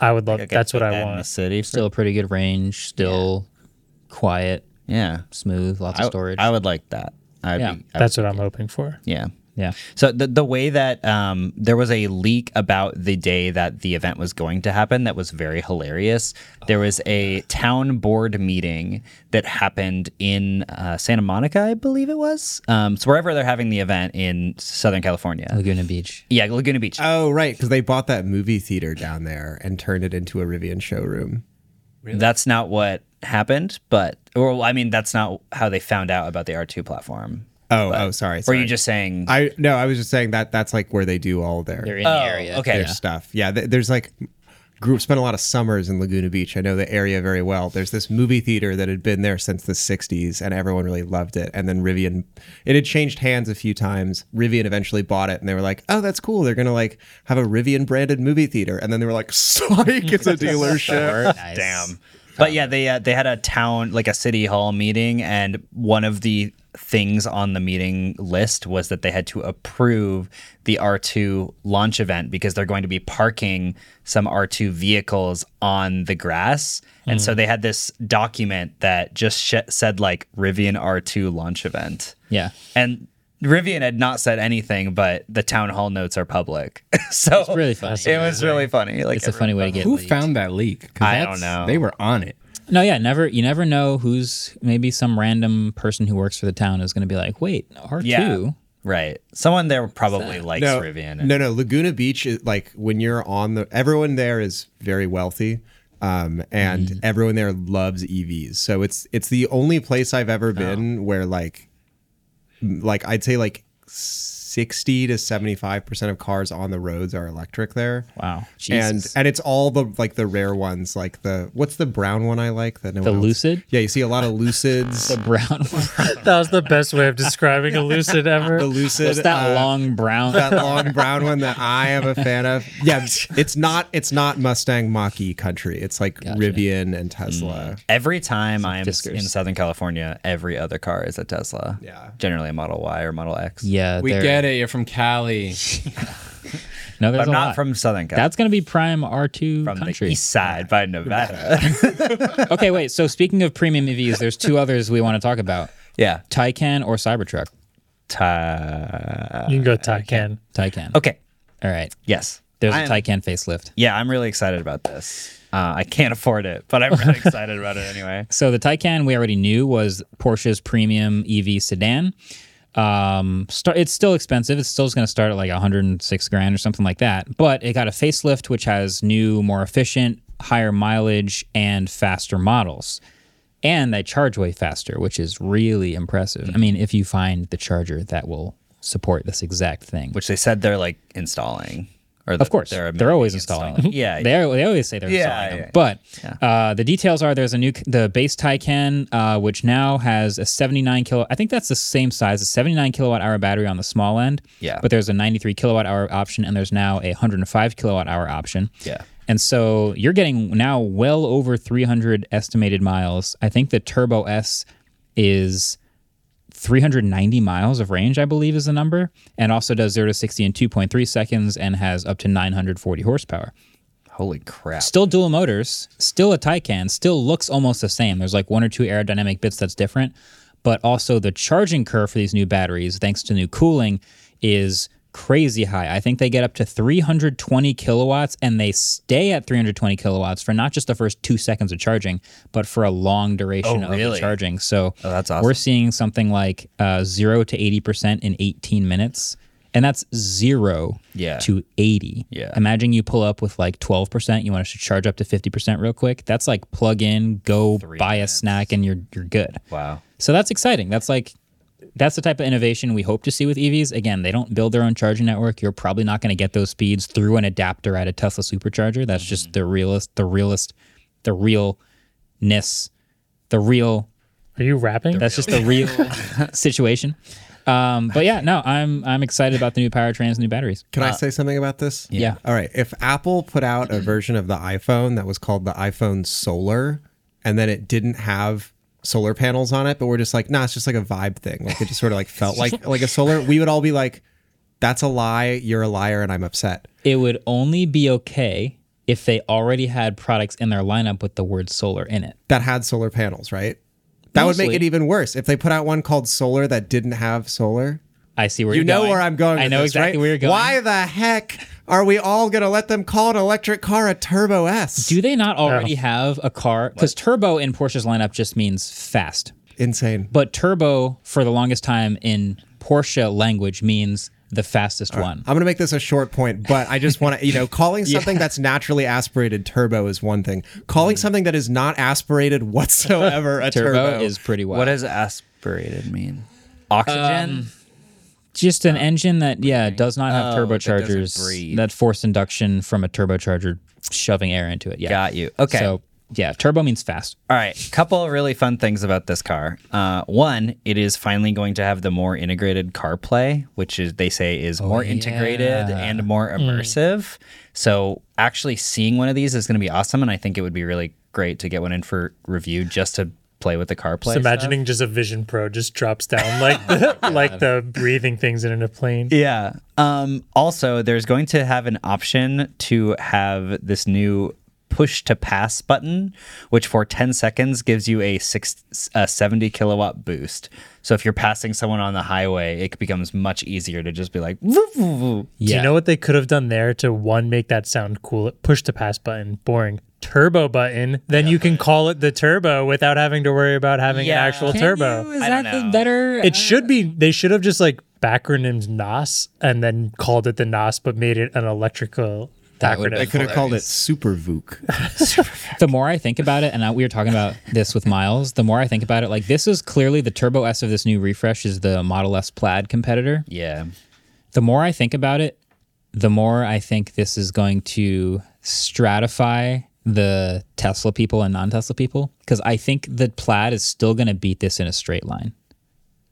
B: I would love.
C: I could
B: that's what
C: put
B: I
C: that In the
B: want.
C: city, for,
A: Still a pretty good range, still quiet,
C: yeah.
A: smooth, lots
C: I,
A: of storage.
C: I would like that. I'd
A: Yeah.
C: be, I
B: That's what I'm hoping for.
C: Yeah.
A: Yeah.
C: So the the way that um, there was a leak about the day that the event was going to happen that was very hilarious. There was a town board meeting that happened in uh, Santa Monica, I believe it was. Um, so wherever they're having the event in Southern California.
A: Laguna Beach.
C: Yeah, Laguna Beach.
E: Oh, right, because they bought that movie theater down there and turned it into a Rivian showroom.
C: That's not what happened, but or I mean that's not how they found out about the R2 platform.
E: Oh, oh, sorry.
C: Or
E: sorry.
C: are you just saying
E: I no, I was just saying that that's like where they do all their
A: They're
E: their
A: in the area.
C: Oh, okay. Yeah.
E: stuff. Yeah, th- there's like group spent a lot of summers in Laguna Beach. I know the area very well. There's this movie theater that had been there since the 60s and everyone really loved it. And then Rivian it had changed hands a few times. Rivian eventually bought it and they were like, "Oh, that's cool. They're going to like have a Rivian branded movie theater." And then they were like, [LAUGHS]
C: [LAUGHS]
E: "Psych, it's a dealership."
A: Nice.
C: Damn. But yeah, they uh, they had a town like a city hall meeting, and one of the things on the meeting list was that they had to approve the R2 launch event because they're going to be parking some R2 vehicles on the grass. And
A: Mm-hmm.
C: so they had this document that just sh- said like Rivian R2 launch event.
A: Yeah.
C: And Rivian had not said anything, but the town hall notes are public. [LAUGHS] so it's
A: really funny.
C: It was really funny. Like
A: It's a funny way to get
D: Who
A: leaked.
D: found that leak? 'Cause
C: I don't
D: that's-
C: know.
D: They were on it.
A: No, yeah, never. You never know who's maybe some random person who works for the town is going to be like, wait, R two.
C: Yeah. Right. Someone there probably likes
E: no,
C: Rivian.
E: No, no, Laguna Beach is like when you're on the everyone there is very wealthy. Uh, um, and
A: Mm-hmm.
E: everyone there loves EVs. So it's it's the only place I've
A: Oh.
E: ever been where like m- like I'd say like sixty to seventy five percent of cars on the roads are electric there.
C: Wow.
E: And and it's all the like the rare ones, like the what's the brown one I like that no
A: The
E: one else-
A: Lucid?
E: Yeah, you see a lot of Lucids.
A: [LAUGHS] The brown one.
B: That was the best way of describing a lucid ever.
E: the Lucid.
A: What's that
E: uh,
A: long brown? [LAUGHS]
E: that long brown one that I am a fan of. Yeah, it's not it's not Mustang Mach-E country. It's like Rivian and Tesla.
C: Every time I'm
A: Fiskars.
C: in Southern California, every other car is a Tesla.
E: Yeah.
C: Generally a Model Y or Model X.
A: yeah,
D: We
A: there-
D: get it. You're from Cali.
A: No, there's
C: But I'm
A: a
C: not
A: lot.
C: from Southern California.
A: That's gonna be prime R two
C: from
A: country.
C: the east side by Nevada. [LAUGHS]
E: [LAUGHS]
A: okay, wait. So speaking of premium EVs, there's two others we want to talk about:
C: yeah.
A: Taycan or Cybertruck.
C: Ta-
B: You can go Taycan.
A: Taycan.
C: okay.
A: All right.
C: Yes.
A: There's a
C: I'm-
A: Taycan facelift.
C: Yeah, I'm really excited about this. Uh, I can't afford it, but I'm
A: [LAUGHS]
C: really excited about it anyway.
A: So the Taycan we already knew was Porsche's premium EV sedan. Um, start, it's still expensive. It's still going to start at like 106 grand or something like that. But it got a facelift, which has new, more efficient, higher mileage, and faster models. And they charge way faster, which is really impressive. I mean, if you find the charger that will support this exact thing,
C: Which they said they're like installing. Or
A: of course they're, always installing. them.
C: Yeah.
A: they, they always say they're
C: Yeah,
A: installing them.
C: yeah, yeah.
A: But uh, the details are there's a new the base Taycan uh, which now has a 79 kilo. I think that's the same size, a 79 kilowatt hour battery on the small end.
C: Yeah.
A: But there's a 93 kilowatt hour option, and there's now a 105 kilowatt hour option.
C: Yeah.
A: And so you're getting now well over 300 estimated miles. I think the Turbo S is 390 miles of range, I believe, is the number, and also does 0 to 60 in 2.3 seconds and has up to 940 horsepower.
C: Holy crap.
A: Still dual motors, still a Taycan, still looks almost the same. There's like one or two aerodynamic bits that's different, but also the charging curve for these new batteries, thanks to new cooling, is crazy high. I think they get up to 320 kilowatts and they stay at 320 kilowatts for not just the first two seconds of charging, but for a long duration
C: Oh,
A: of
C: really? Oh,
A: the charging. So
C: that's awesome.
A: we're seeing something like uh, zero to 80% in 18 minutes. And that's zero
C: Yeah.
A: to 80.
C: Yeah.
A: Imagine you pull up with like 12%, you want to charge up to 50% real quick. That's like plug in, go buy a snack and you're you're good.
C: Wow.
A: So that's exciting. That's like that's the type of innovation we hope to see with EVs. Again, they don't build their own charging network. You're probably not going to get those speeds through an adapter at a Tesla supercharger. That's just the realist the realist the realness the real
B: Are you rapping?
A: that's just the real [LAUGHS] situation. Um, but yeah, no, I'm I'm excited about the new powertrains, new batteries.
E: Can I say something about this?
A: Uh, Yeah.
E: All right. If Apple put out a version of the iPhone that was called the iPhone Solar, and then it didn't have solar panels on it, but we're just like, nah, it's just like a vibe thing. Like it just sort of like felt like like a solar. We would all be like, that's a lie. You're a liar, and I'm upset.
A: It would only be okay if they already had products in their lineup with the word solar in it.
E: That had solar panels, right? That would make
A: Mostly.
E: it even worse if they put out one called Solar that didn't have solar.
A: I see where
E: You
A: you're
E: know
A: going.
E: where I'm going.
A: I
E: with
A: know
E: this,
A: exactly
E: right?
A: where you're going.
E: Why the heck are we all gonna let them call an electric car a Turbo S?
A: do they not already have a car? Because turbo in Porsche's lineup just means fast.
E: Insane.
A: But turbo for the longest time in Porsche language means the fastest one.
E: I'm going to make this a short point, but I just want to, you know,
A: [LAUGHS]
E: calling something that's naturally aspirated turbo is one thing. Calling something that is not
A: [LAUGHS]
E: aspirated whatsoever a turbo,
A: Mm. turbo, is pretty wild. Um,
C: What does aspirated mean? Um, Oxygen?
A: just
E: Uh,
A: an engine that yeah does not have
C: Oh, that doesn't
A: turbochargers
C: breathe.
A: that, force induction from a turbocharger shoving air into it yeah
C: Got you. Okay.
A: so yeah turbo means fast
C: All right, couple of really fun things about this car. Uh, one, it is finally going to have the more integrated CarPlay, which is they say is more integrated and more immersive. So actually seeing one of these is going to be awesome, and I think it would be really great to get one in for review just to play with the CarPlay.
B: Just imagining just a Vision Pro just
A: [LAUGHS]
B: drops down like the,
A: Oh
B: like the breathing things in a plane.
C: Yeah. Um, also, there's going to have an option to have this new push to pass button, which for 10 seconds gives you a, six, a 70 kilowatt boost. So if you're passing someone on the highway, it becomes much easier to just be like, "Vroom, vroom, vroom."
A: yeah
B: Do you know what they could have done there to one make that sound cool? Push to pass button, boring. Turbo button, then you can call it the turbo without having to worry about having
C: Yeah.
B: an actual
C: Can
B: turbo.
A: is
C: I don't
A: that
C: know.
A: the better
B: It should be. They should have just like backronymed NOS and then called it the NOS, but made it an electrical
A: That would
B: acronym.
A: be
E: I could have called it Super Vook.
A: the more I think about it, and I, we were talking about this with Miles, the more I think about it, like this is clearly the Turbo S of this new refresh is the Model S Plaid competitor.
C: Yeah.
A: The more I think about it, the more I think this is going to stratify the Tesla people and non Tesla people because I think the Plaid is still going to beat this in a straight line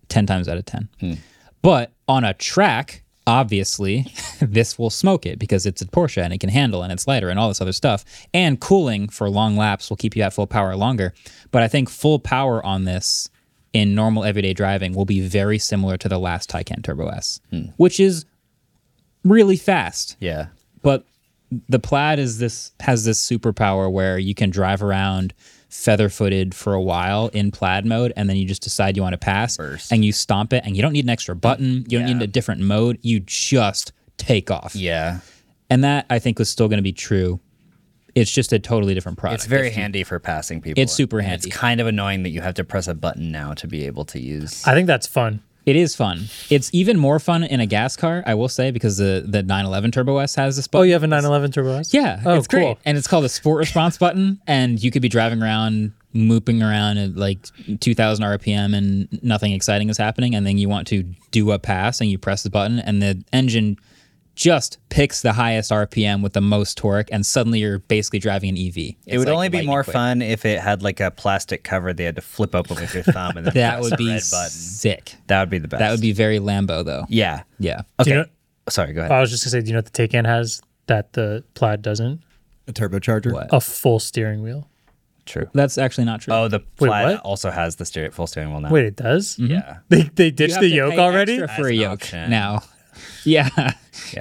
A: 10 times out of 10. But on a track, obviously, [LAUGHS] this will smoke it because it's a Porsche and it can handle and it's lighter and all this other stuff. And cooling for long laps will keep you at full power longer. But I think full power on this in normal everyday driving will be very similar to the last Taycan Turbo S, which is really fast
C: Yeah.
A: but the plaid is this has this superpower where you can drive around feather footed for a while in plaid mode and then you just decide you want to pass
C: Burst.
A: and you stomp it and you don't need an extra button you don't need a different mode you just take off
C: Yeah.
A: and that i think was still going to be true it's just a totally different product
C: It's very
A: If you-
C: handy for passing people.
A: It's super
C: And
A: handy.
C: It's kind of annoying that you have to press a button now to be able to use.
B: I think that's fun.
A: it is fun it's even more fun in a gas car i will say because the the 911 turbo s has this
B: Oh, you have a 911 Turbo S?
A: Yeah,
B: Oh,
A: it's
B: cool.
A: great. And it's called a sport response button, and you could be driving around, mooping around at like 2,000 RPM, and nothing exciting is happening. And then you want to do a pass, and you press the button, and the engine just picks the highest RPM with the most torque, and suddenly you're basically driving an E EV.
C: it would only be more fun if it had like a plastic cover they had to flip open with your thumb and
A: [LAUGHS]
C: then
A: That
C: press
A: would
C: the
A: be
C: red button.
A: sick.
C: That would be the best.
A: That would be very Lambo, though.
C: Yeah.
A: Yeah.
C: Okay.
B: you know-
C: Sorry. Go ahead.
B: I was just going to say, do you know what the Taycan has that the Plaid doesn't?
E: A turbocharger.
A: What?
B: A full steering wheel.
C: True.
A: That's actually not true.
C: Oh, the plaid
B: what?
C: also has the steer- full steering wheel now.
B: Wait, it does?
C: Yeah.
B: [LAUGHS] They, they
A: You
B: ditched
A: have
B: the
A: to
B: yoke
A: pay
B: already?
A: extra for a
C: an
A: yoke
C: option.
A: now. [LAUGHS] Yeah.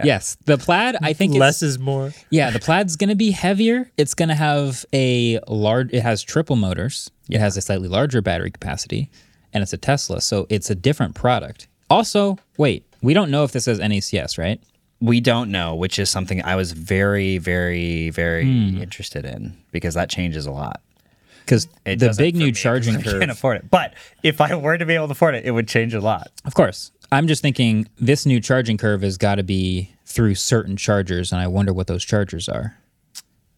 A: Yes. The plaid, I think, is
B: Less is more.
A: Yeah, the plaid's gonna be heavier. It's gonna have a large. It has triple motors. It has a slightly larger battery capacity, and it's a Tesla, so it's a different product. Also, wait, we don't know if this has NACS, right?
C: We don't know, which is something I was very, very, very interested in because that changes a lot.
A: Because
C: It
A: the
C: doesn't
A: big
C: for
A: new
C: me 'cause
A: charging
C: [LAUGHS] I can't
A: curve.
C: afford it. But if I were to be able to afford it, it would change a lot.
A: Of course, I'm just thinking this new charging curve has got to be through certain chargers, and I wonder what those chargers are.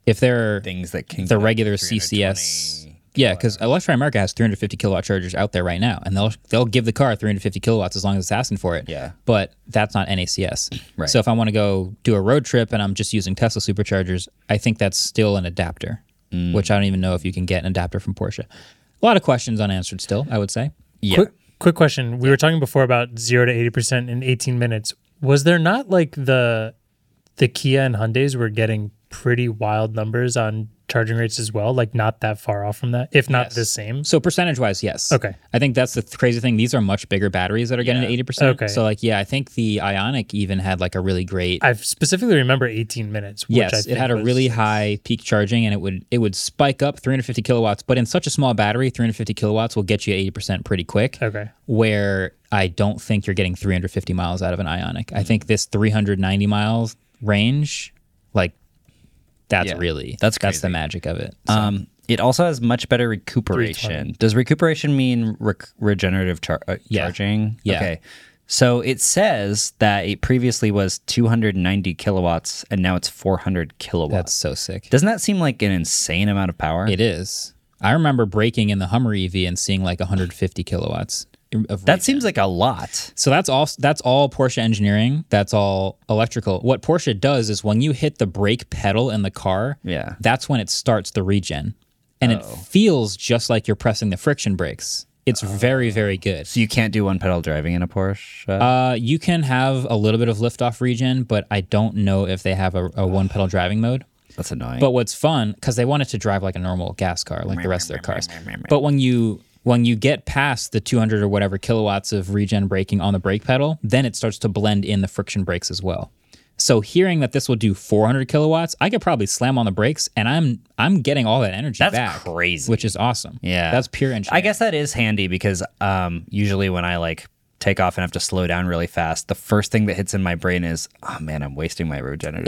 A: If they're
C: Things that can
A: the regular CCS. Yeah, because Electra America has 350 kilowatt chargers out there right now, and they'll they'll give the car 350 kilowatts as long as it's asking for it.
C: Yeah.
A: but that's not NACS.
C: [CLEARS THROAT] Right.
A: So if I want to go do a road trip and I'm just using Tesla superchargers, I think that's still an adapter,
C: Mm.
A: which I don't even know if you can get an adapter from Porsche. A lot of questions unanswered still, I would say.
C: Yeah.
B: Quick, quick question. We were talking before about zero to eighty percent in eighteen minutes. Was there not like the the Kia and Hyundai's were getting pretty wild numbers on charging rates as well? Like not that far off from that, if not the same.
A: So percentage wise, yes.
B: Okay.
A: I think that's the th- crazy thing. These are much bigger batteries that are getting to 80%.
B: Okay.
A: So like, yeah, I think the Ionic even had like a really great
B: I specifically remember eighteen minutes. Which I
A: Yes, it
B: think
A: had a
B: was-
A: really high peak charging, and it would it would spike up 350 kilowatts. But in such a small battery, 350 kilowatts will get you 80 percent pretty quick.
B: Okay.
A: Where I don't think you're getting 350 miles out of an Ionic. I think this 390 miles range, like that's
C: Yeah,
A: really
C: that's
A: that's the
C: crazy.
A: magic of it.
C: Um, it also has much better recuperation. Does recuperation mean rec- regenerative char- uh, charging?
A: Yeah.
C: Okay. So it says that it previously was 290 kilowatts and now it's 400 kilowatts.
A: that's so sick.
C: Doesn't that seem like an insane amount of power?
A: It is. I remember braking in the Hummer EV and seeing like 150 kilowatts. Of
C: That seems like a lot.
A: So that's all that's all Porsche engineering. That's all electrical. What Porsche does is when you hit the brake pedal in the car,
C: Yeah. Oh.
A: that's when it starts the regen. And it feels just like you're pressing the friction brakes. It's very, very good.
C: Oh. So you can't do one pedal driving in a Porsche.
A: Uh, you can have a little bit of liftoff regen, but I don't know if they have a, a one pedal driving mode.
C: That's annoying.
A: But what's fun because they want it to drive like a normal gas car, like the rest of their cars. But when you when you get past the 200 or whatever kilowatts of regen braking on the brake pedal, then it starts to blend in the friction brakes as well. So hearing that this will do 400 kilowatts, I could probably slam on the brakes, and I'm I'm getting all that energy
C: That's
A: back,
C: crazy.
A: which is awesome.
C: Yeah.
A: that's pure energy.
C: I guess that is handy because um, usually when I like take off and have to slow down really fast, the first thing that hits in my brain is, oh man, I'm wasting my regenerative.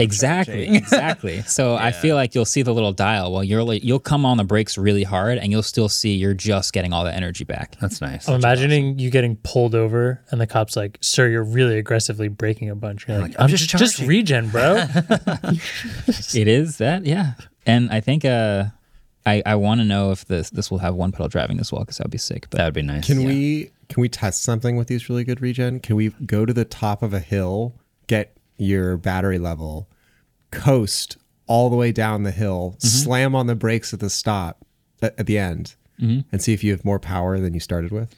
A: [LAUGHS]
C: [LAUGHS]
A: Exactly, exactly. So I feel like you'll see the little dial. Well, you're like, you'll come on the brakes really hard, and you'll still see you're just getting all that energy back.
C: That's nice.
B: I'm
E: Um,
B: imagining you getting pulled over and the cop's like, sir, you're really aggressively braking a bunch. You're like,
C: I'm
B: I'm,
C: just
B: just, just
C: charging."
B: regen,
C: [LAUGHS]
B: bro.
A: It is that, yeah. And I think uh, I I want to know if this this will have one pedal driving as well because that would be sick. But
C: That would be nice.
E: Can we can we test something with these really good regen? Can we go to the top of a hill, get your battery level, coast all the way down the hill, slam on the brakes at the stop at, at the end, and see if you have more power than you started with?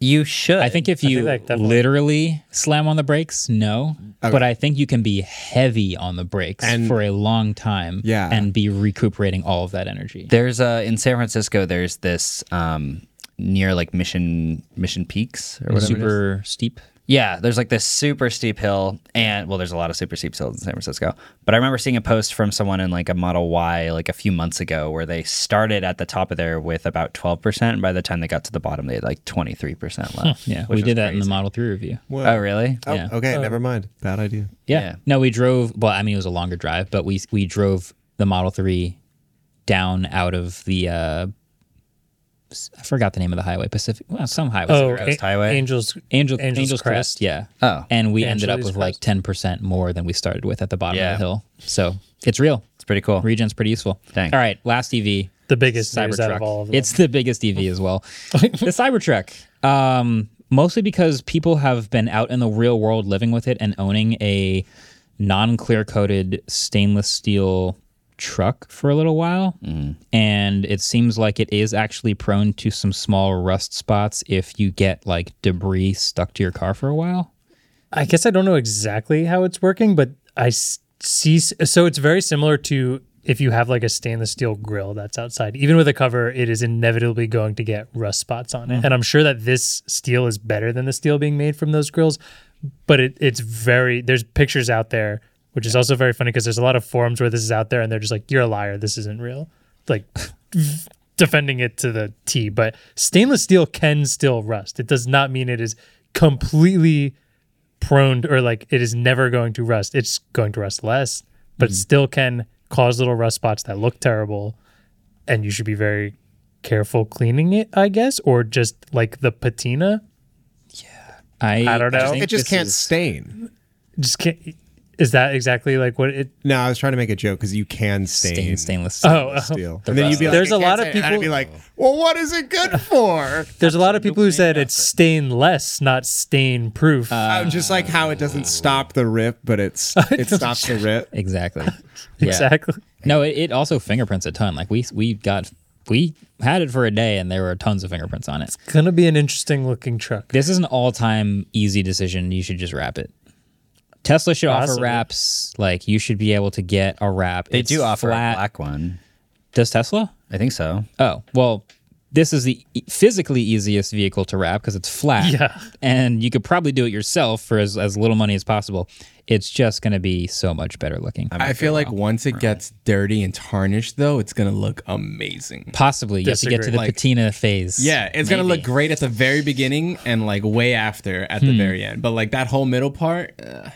C: You should.
A: I think if you
B: that definitely-
A: literally slam on the brakes, no.
C: Oh.
A: But I think you can be heavy on the brakes
E: And-
A: for a long time
E: Yeah.
A: and be recuperating all of that energy.
C: There's uh in San Francisco. There's this um near like Mission Mission Peaks or whatever.
A: Super steep.
C: Yeah, there's like this super steep hill, and well, there's a lot of super steep hills in San Francisco. But I remember seeing a post from someone in like a Model Y like a few months ago where they started at the top of there with about 12%. And by the time they got to the bottom, they had like 23% left.
A: Yeah,
C: which
A: we
C: was
A: did that in
C: crazy.
A: the Model 3 review.
E: Well,
C: Oh, really?
E: oh,
A: yeah.
E: okay, never mind. Bad idea.
A: Yeah.
C: Yeah.
A: No, we drove. Well, I mean, it was a longer drive, but we we drove the Model Three down out of the. Uh, s- I forgot the name of the highway, Pacific. Well, some highway.
B: oh,
C: Coast
B: A-
C: Highway?
B: Angels,
A: Angel,
B: Angels, Crest.
A: Yeah.
C: Oh.
A: And we ended up
B: Angeles
A: with like ten percent more than we started with at the bottom
C: Yeah.
A: of the hill. So it's real.
C: It's pretty cool.
A: Regen's pretty useful.
C: Thanks.
A: All right, last E EV.
B: The biggest news out
A: Cybertruck.
B: of all of them.
A: It's the biggest EV as
B: [LAUGHS]
A: well. the Cybertruck. Um, mostly because people have been out in the real world living with it and owning a non clear coated stainless steel truck for a little while.
E: Mm-hmm.
A: And it seems like it is actually prone to some small rust spots if you get like debris stuck to your car for a while.
B: I guess I don't know exactly how it's working, but I s- see. So it's very similar to if you have like a stainless steel grill that's outside, even with a cover, it is inevitably going to get rust spots on it. And I'm sure that this steel is better than the steel being made from those grills, but it, it's very, there's pictures out there, which is also very funny because there's a lot of forums where this is out there and they're just like, you're a liar. This isn't real. Like, [LAUGHS] defending it to the T, but stainless steel can still rust. It does not mean it is completely prone to- or like it is never going to rust. It's going to rust less, but it still can cause little rust spots that look terrible. And you should be very careful cleaning it, I guess, or just like the patina.
A: I,
B: I don't know.
A: think
E: It just
A: this
E: can't
A: is-
E: stain.
B: Just can't. Is that exactly like what it?
E: No, I was trying to make a joke because you can stain,
A: stain stainless steel.
B: Oh, oh.
E: steel. and then you'd be like,
B: There's
E: "I
B: a lot
E: can't
B: of
E: stain it." And I'd
B: people-
E: be like, well, what is it good for?
B: there's a lot of people who said it's stainless, not stain proof.
A: Uh,
B: [LAUGHS]
E: I'm just like how it doesn't stop the rip, but it's it stops the rip.
A: Exactly.
B: [LAUGHS]
A: Yeah.
B: exactly.
A: No, it, it also fingerprints a ton. Like we we got we had it for a day and there were tons of fingerprints on it.
B: Gonna be an interesting looking truck.
A: This is an all-time easy decision. You should just wrap it. Tesla should offer
B: Possibly.
A: wraps. Like you should be able to get a wrap.
C: they do offer a black one.
A: Does Tesla?
C: I think so.
A: Oh, well, this is the e- physically easiest vehicle to wrap because it's flat.
B: Yeah.
A: And you could probably do it yourself for as, as little money as possible. It's just going to be so much better looking.
D: I feel like once it gets dirty and tarnished, though, it's gonna look amazing.
A: Possibly. You have to get to
B: Disagree.
A: the
D: Like-
A: patina phase.
D: Yeah, it's gonna
A: maybe.
D: look great at the very beginning and like way after at
C: Hmm.
D: the very end. But like that whole middle part, uh,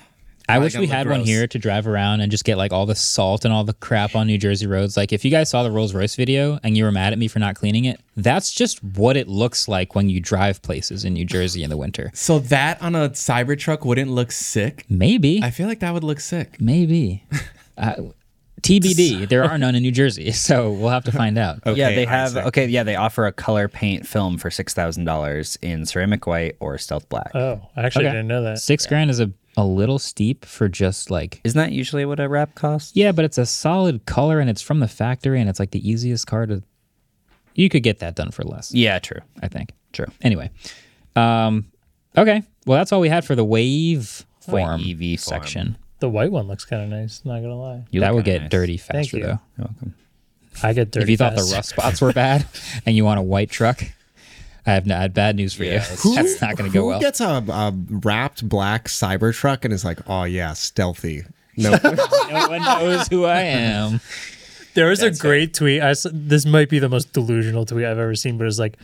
A: I wish we
D: gonna look
A: had one
D: gross.
A: here to drive around and just get like all the salt and all the crap on New Jersey roads. Like if you guys saw the Rolls Royce video and you were mad at me for not cleaning it, that's just what it looks like when you drive places in New Jersey in the winter.
D: so that on a Cybertruck wouldn't look sick.
A: Maybe,
D: I feel like that would look sick. [LAUGHS]
A: maybe. uh, TBD. There are none in New Jersey, [LAUGHS] so we'll have to
D: [LAUGHS]
A: find out.
D: Oh,
C: yeah,
E: Okay,
C: they
E: I
C: have.
E: see.
C: Okay, yeah, they offer a color paint film for $6,000 in ceramic white or stealth black.
B: Oh, I actually didn't know that.
A: Six grand is a a little steep for just like.
C: Isn't that usually what a wrap costs?
A: Yeah, but it's a solid color and it's from the factory and it's like the easiest car to. You could get that done for less.
C: Yeah, true.
A: I think.
C: True.
A: Anyway, um, okay. Well, that's all we had for the wave form
C: EV form.
A: section.
B: The white one looks kind of nice. Not gonna lie,
C: You
A: that
C: look
A: would
C: kinda
A: get
C: nice.
A: dirty faster
B: you.
A: though.
B: I get dirty.
A: If you thought the
B: fast.
A: rust spots were bad and you want a white truck, I have, no, I had bad news for you. [LAUGHS] That's not going to go
E: Who
A: well.
E: gets a, a wrapped black Cybertruck and is like, oh yeah, stealthy? No,
A: no one knows who I am.
B: There was a great tweet. I s this might be the most delusional tweet I've ever seen, but it's like,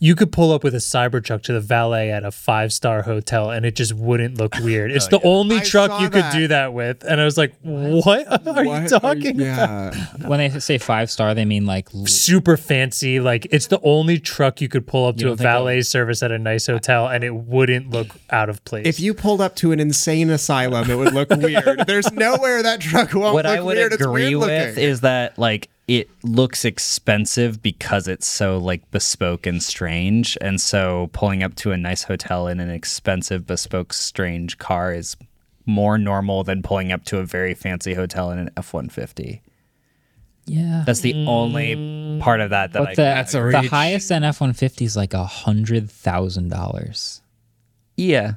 B: you could pull up with a Cybertruck to the valet at a five star hotel and it just wouldn't look weird. It's the only
E: I
B: truck
E: saw
B: you could
E: that.
B: do that with. And I was like, what are you
E: What
B: talking about?
E: yeah.
A: When they say five star, they mean like l-
B: Super fancy. Like, it's the only truck you could pull up to a
A: don't think that-
B: valet service at a nice hotel and it wouldn't look out of place.
E: If you pulled up to an insane asylum, it would look weird. There's nowhere that truck won't
C: what
E: look
C: I would
E: weird.
C: agree
E: it's weird
C: with
E: looking.
C: is that like it looks expensive because it's so like bespoke and strange, and so pulling up to a nice hotel in an expensive, bespoke, strange car is more normal than pulling up to a very fancy hotel in an F one fifty.
A: yeah.
C: That's the only part of that that I
A: but the,
D: a
A: the
D: reach.
A: highest NF one fifty is like a hundred thousand dollars.
C: yeah.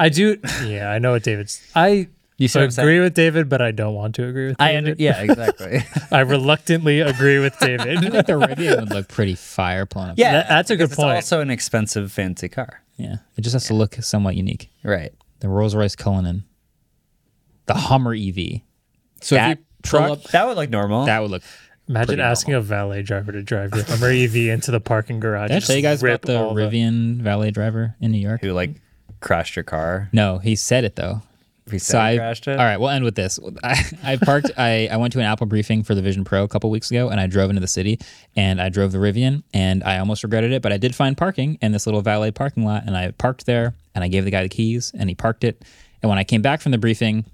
B: I do. Yeah, I know what David's. I
C: You see what I'm saying?
B: agree with David, but I don't want to agree with.
C: I
B: David.
C: under, yeah exactly.
B: I reluctantly agree with
A: [LAUGHS]
B: David.
A: Like the Rivian would look pretty fire blown up.
C: yeah,
B: That- that's a good
C: because
B: point.
C: It's also an expensive fancy car,
A: yeah. It just has to look somewhat unique.
C: right?
A: The Rolls Royce Cullinan, the Hummer EV.
D: So if
A: That
D: you pull
A: truck-
D: up,
C: That would look normal.
A: That would look.
B: Imagine
A: Pretty
B: asking a valet driver to drive your Hummer EV into the parking garage.
A: Did I
B: and
A: tell you guys
B: just
A: about
B: rip
A: the
B: all
A: Rivian valet driver in New York?
C: who like crashed your car?
A: No, he said it though.
C: If he said
A: So
C: he
A: I
C: crashed it.
A: all right. We'll end with this. I, I
C: [LAUGHS]
A: parked. I, I went to an Apple briefing for the Vision Pro a couple weeks ago, and I drove into the city, and I drove the Rivian, and I almost regretted it, but I did find parking in this little valet parking lot, and I parked there, and I gave the guy the keys, and he parked it, and when I came back from the briefing,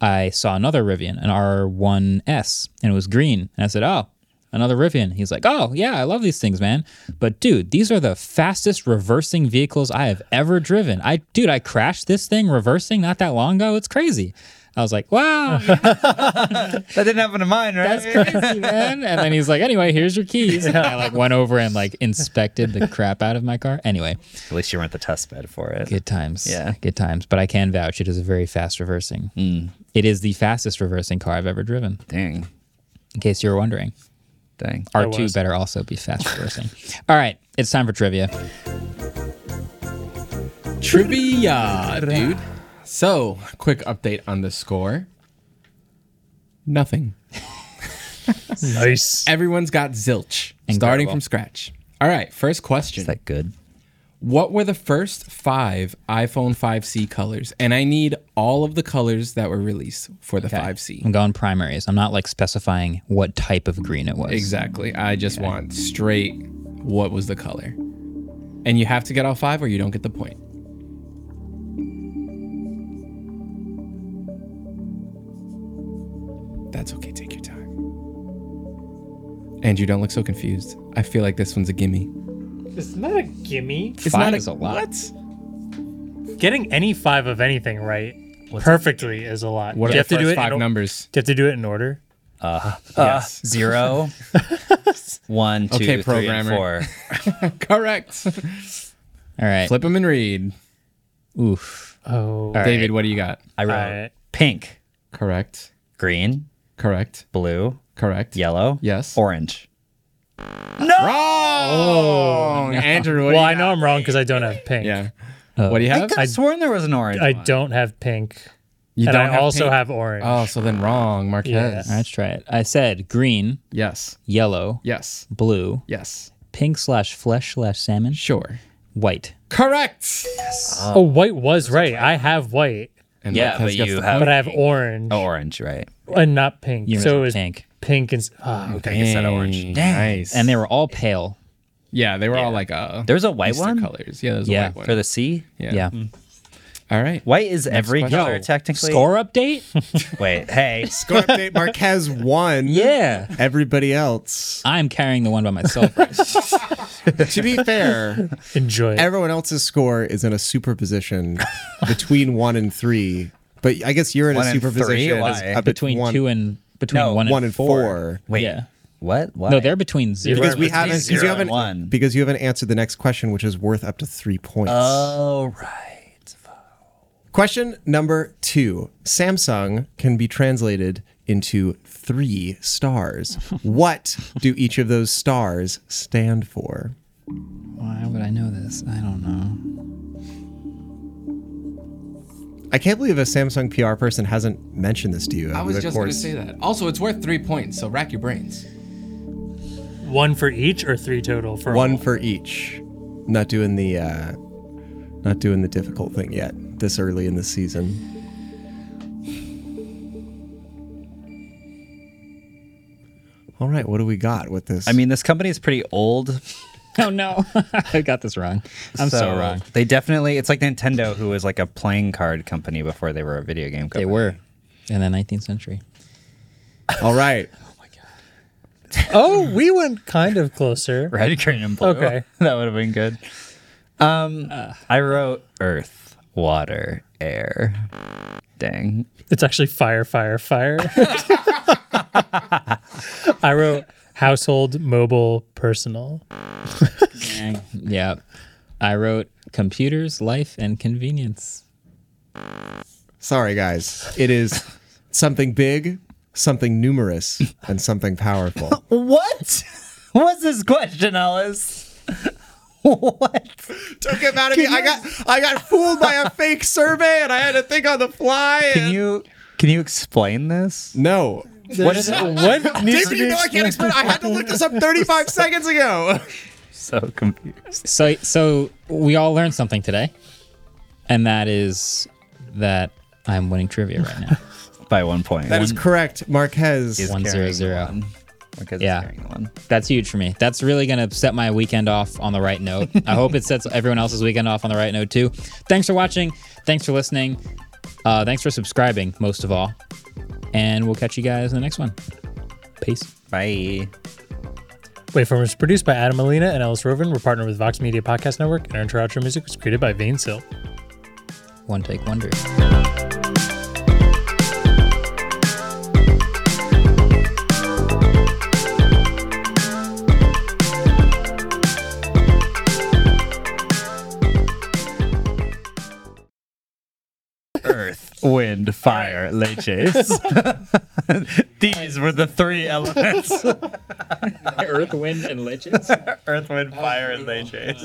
A: I saw another Rivian, an R1S, and it was green, and I said, oh. Another Rivian. He's like, oh, yeah, I love these things, man. But dude, these are the fastest reversing vehicles I have ever driven. I, dude, I crashed this thing reversing not that long ago. It's crazy. I was like, wow, [LAUGHS]
C: [LAUGHS] That didn't happen to mine, right?
A: that's crazy, man. And then he's like, anyway, here's your keys. And I like went over and like inspected the crap out of my car. Anyway,
C: At least you weren't the test bed for it.
A: good times.
C: Yeah.
A: Good times. But I can vouch it is a very fast reversing. It is the fastest reversing car I've ever driven,
C: Dang,
A: in case you were wondering.
C: dang.
A: R2 better also be fast reversing. All right, it's time for trivia.
D: trivia, dude. So quick update on the score. Nothing.
B: the- Nice.
D: Everyone's got zilch. Starting
A: Incredible.
D: from scratch. All right, first question.
C: Is that good?
D: What were the first five iPhone 5C colors? And I need all of the colors that were released for the 5C.
A: I'm going primaries. I'm not like specifying what type of green it was.
D: Exactly. I just want straight what was the color. And you have to get all five or you don't get the point. That's okay. Take your time. And you don't look so confused. I feel like this one's a gimme.
B: It's not a gimme.
D: It's
A: Five
D: not
A: is a lot.
D: What?
B: Getting any five of anything right perfectly is a lot.
D: What
B: do you
D: are the
B: have to
D: first
B: do it?
D: five
B: in, o- [LAUGHS]
D: numbers?
B: Do you have to do it in order?
D: yes.
C: Zero. [LAUGHS] One, two,
D: Okay,
C: three, and
D: programmer.
C: four.
D: Ah, [LAUGHS] Correct.
A: All right.
D: Flip them and read.
A: Oof.
B: Oh,
A: All right.
D: David, what do you got?
C: I wrote
B: Alright.
C: pink,
D: Correct.
C: green,
D: Correct.
C: blue,
D: Correct.
C: yellow,
D: Yes.
C: orange.
D: Oh, Wrong. Oh, Andrew, what
B: well,
D: do
B: I
D: you
B: know I'm wrong because I don't have pink.
D: Yeah. what do you have?
C: I could have sworn there was an orange.
B: I
C: one.
B: don't have pink,
D: You
B: and I also
D: pink.
B: have orange.
D: Oh, so then wrong, Marquez.
B: Yeah.
A: Let's try it. I said green,
D: Yes.
A: yellow,
D: Yes.
A: blue,
D: Yes.
A: pink slash flesh slash salmon,
D: Sure.
A: white.
D: Correct.
B: oh, white was right. I have white,
D: And
C: Yeah,
D: Marquez
C: but
D: gets
C: you
D: the
C: have-
D: point.
B: but I have orange
C: Oh, orange, right?
B: and not pink.
A: You
B: so it
A: were
B: was
A: pink.
B: pink and. s- ah, okay.
C: I guess that orange.
D: Dang,
C: Dang.
D: Nice.
A: And they were all pale.
D: yeah, they were all like uh
C: There's a white
D: Easter
C: one?
D: colors. Yeah, there's
A: Yeah,
D: a white one.
C: For the C?
D: yeah.
A: Yeah.
D: All right.
C: White is every
D: question.
C: color,
D: Yo,
C: technically.
A: Score update?
C: Wait, [LAUGHS] hey.
E: Score update Marquez won.
A: yeah.
E: Everybody else.
A: I'm carrying the one by myself. right?
E: To be fair,
B: Enjoy. It.
E: everyone else's score is in a superposition between one and three. But I guess you're in
C: One
E: a
C: and three?
E: superposition
C: Why?
E: as- uh,
A: between
E: one,
A: two and between
C: No,
A: one and
E: one and
A: four.
E: four.
C: Wait.
A: Yeah.
C: What? Why?
A: No, they're between zero.
E: Because we
C: Between
E: haven't, because you
C: zero and
E: haven't,
C: one.
E: because you haven't answered the next question, which is worth up to three points.
C: Oh, right.
E: Question number two Samsung can be translated into three
C: [LAUGHS]
E: stars. what do each of those stars stand for?
A: Why would I know this? I don't know. [LAUGHS]
E: I can't believe a Samsung PR person hasn't mentioned this to you.
D: I was just going to say that. Also, it's worth 3 points, so rack your brains.
B: One for each or three total for
E: One
B: all?
E: for each. Not doing the uh, not doing the difficult thing yet. This early in the season. All right, what do we got with this?
C: I mean, this company is pretty old.
A: Oh no, [LAUGHS] I got this wrong. I'm so, wrong.
C: They definitely, it's like Nintendo, who was like a playing card company before they were a video game company.
A: They were in the 19th century.
E: all right.
B: Oh, we went kind of closer.
C: Red, green, and blue.
B: Okay.
C: [LAUGHS] that would have been good. Um, I wrote earth, water, air. Dang.
B: [LAUGHS] It's actually fire, fire, fire. [LAUGHS] I wrote household, mobile, personal.
A: Yeah, I wrote computers, life, and convenience.
E: Sorry, guys. It is something big, something numerous, and something powerful.
C: What? What's this question, Alice? what?
E: [LAUGHS] Took him out of me. I got I got fooled by [LAUGHS] a fake survey, and I had to think on the fly.
C: Can you can you explain this?
E: No.
C: What is what needs
E: David, you know I can't explain. I had to look this up 35 seconds ago. [LAUGHS]
C: so confused?
A: So, so we all learned something today, and that is that I'm winning trivia right now.
C: By one point.
E: That is correct. Marquez.
A: One zero
C: carrying
A: zero.
C: one. Because
A: Yeah.
C: it's carrying one.
A: That's huge for me. That's really going to set my weekend off on the right note. I hope it sets everyone else's weekend off on the right note too. Thanks for watching. Thanks for listening. Uh, thanks for subscribing, most of all. And we'll catch you guys in the next one. Peace.
C: Bye.
B: Waveform is produced by Adam Molina and Ellis Rovin. We're partnered with Vox Media Podcast Network, and our intro outro music was created by Vane Silk.
A: One take wonder.
C: Earth, wind, fire, leches. These were the three elements.
A: [LAUGHS] Earth, wind, and legends.
C: Earth, wind, fire, and leches.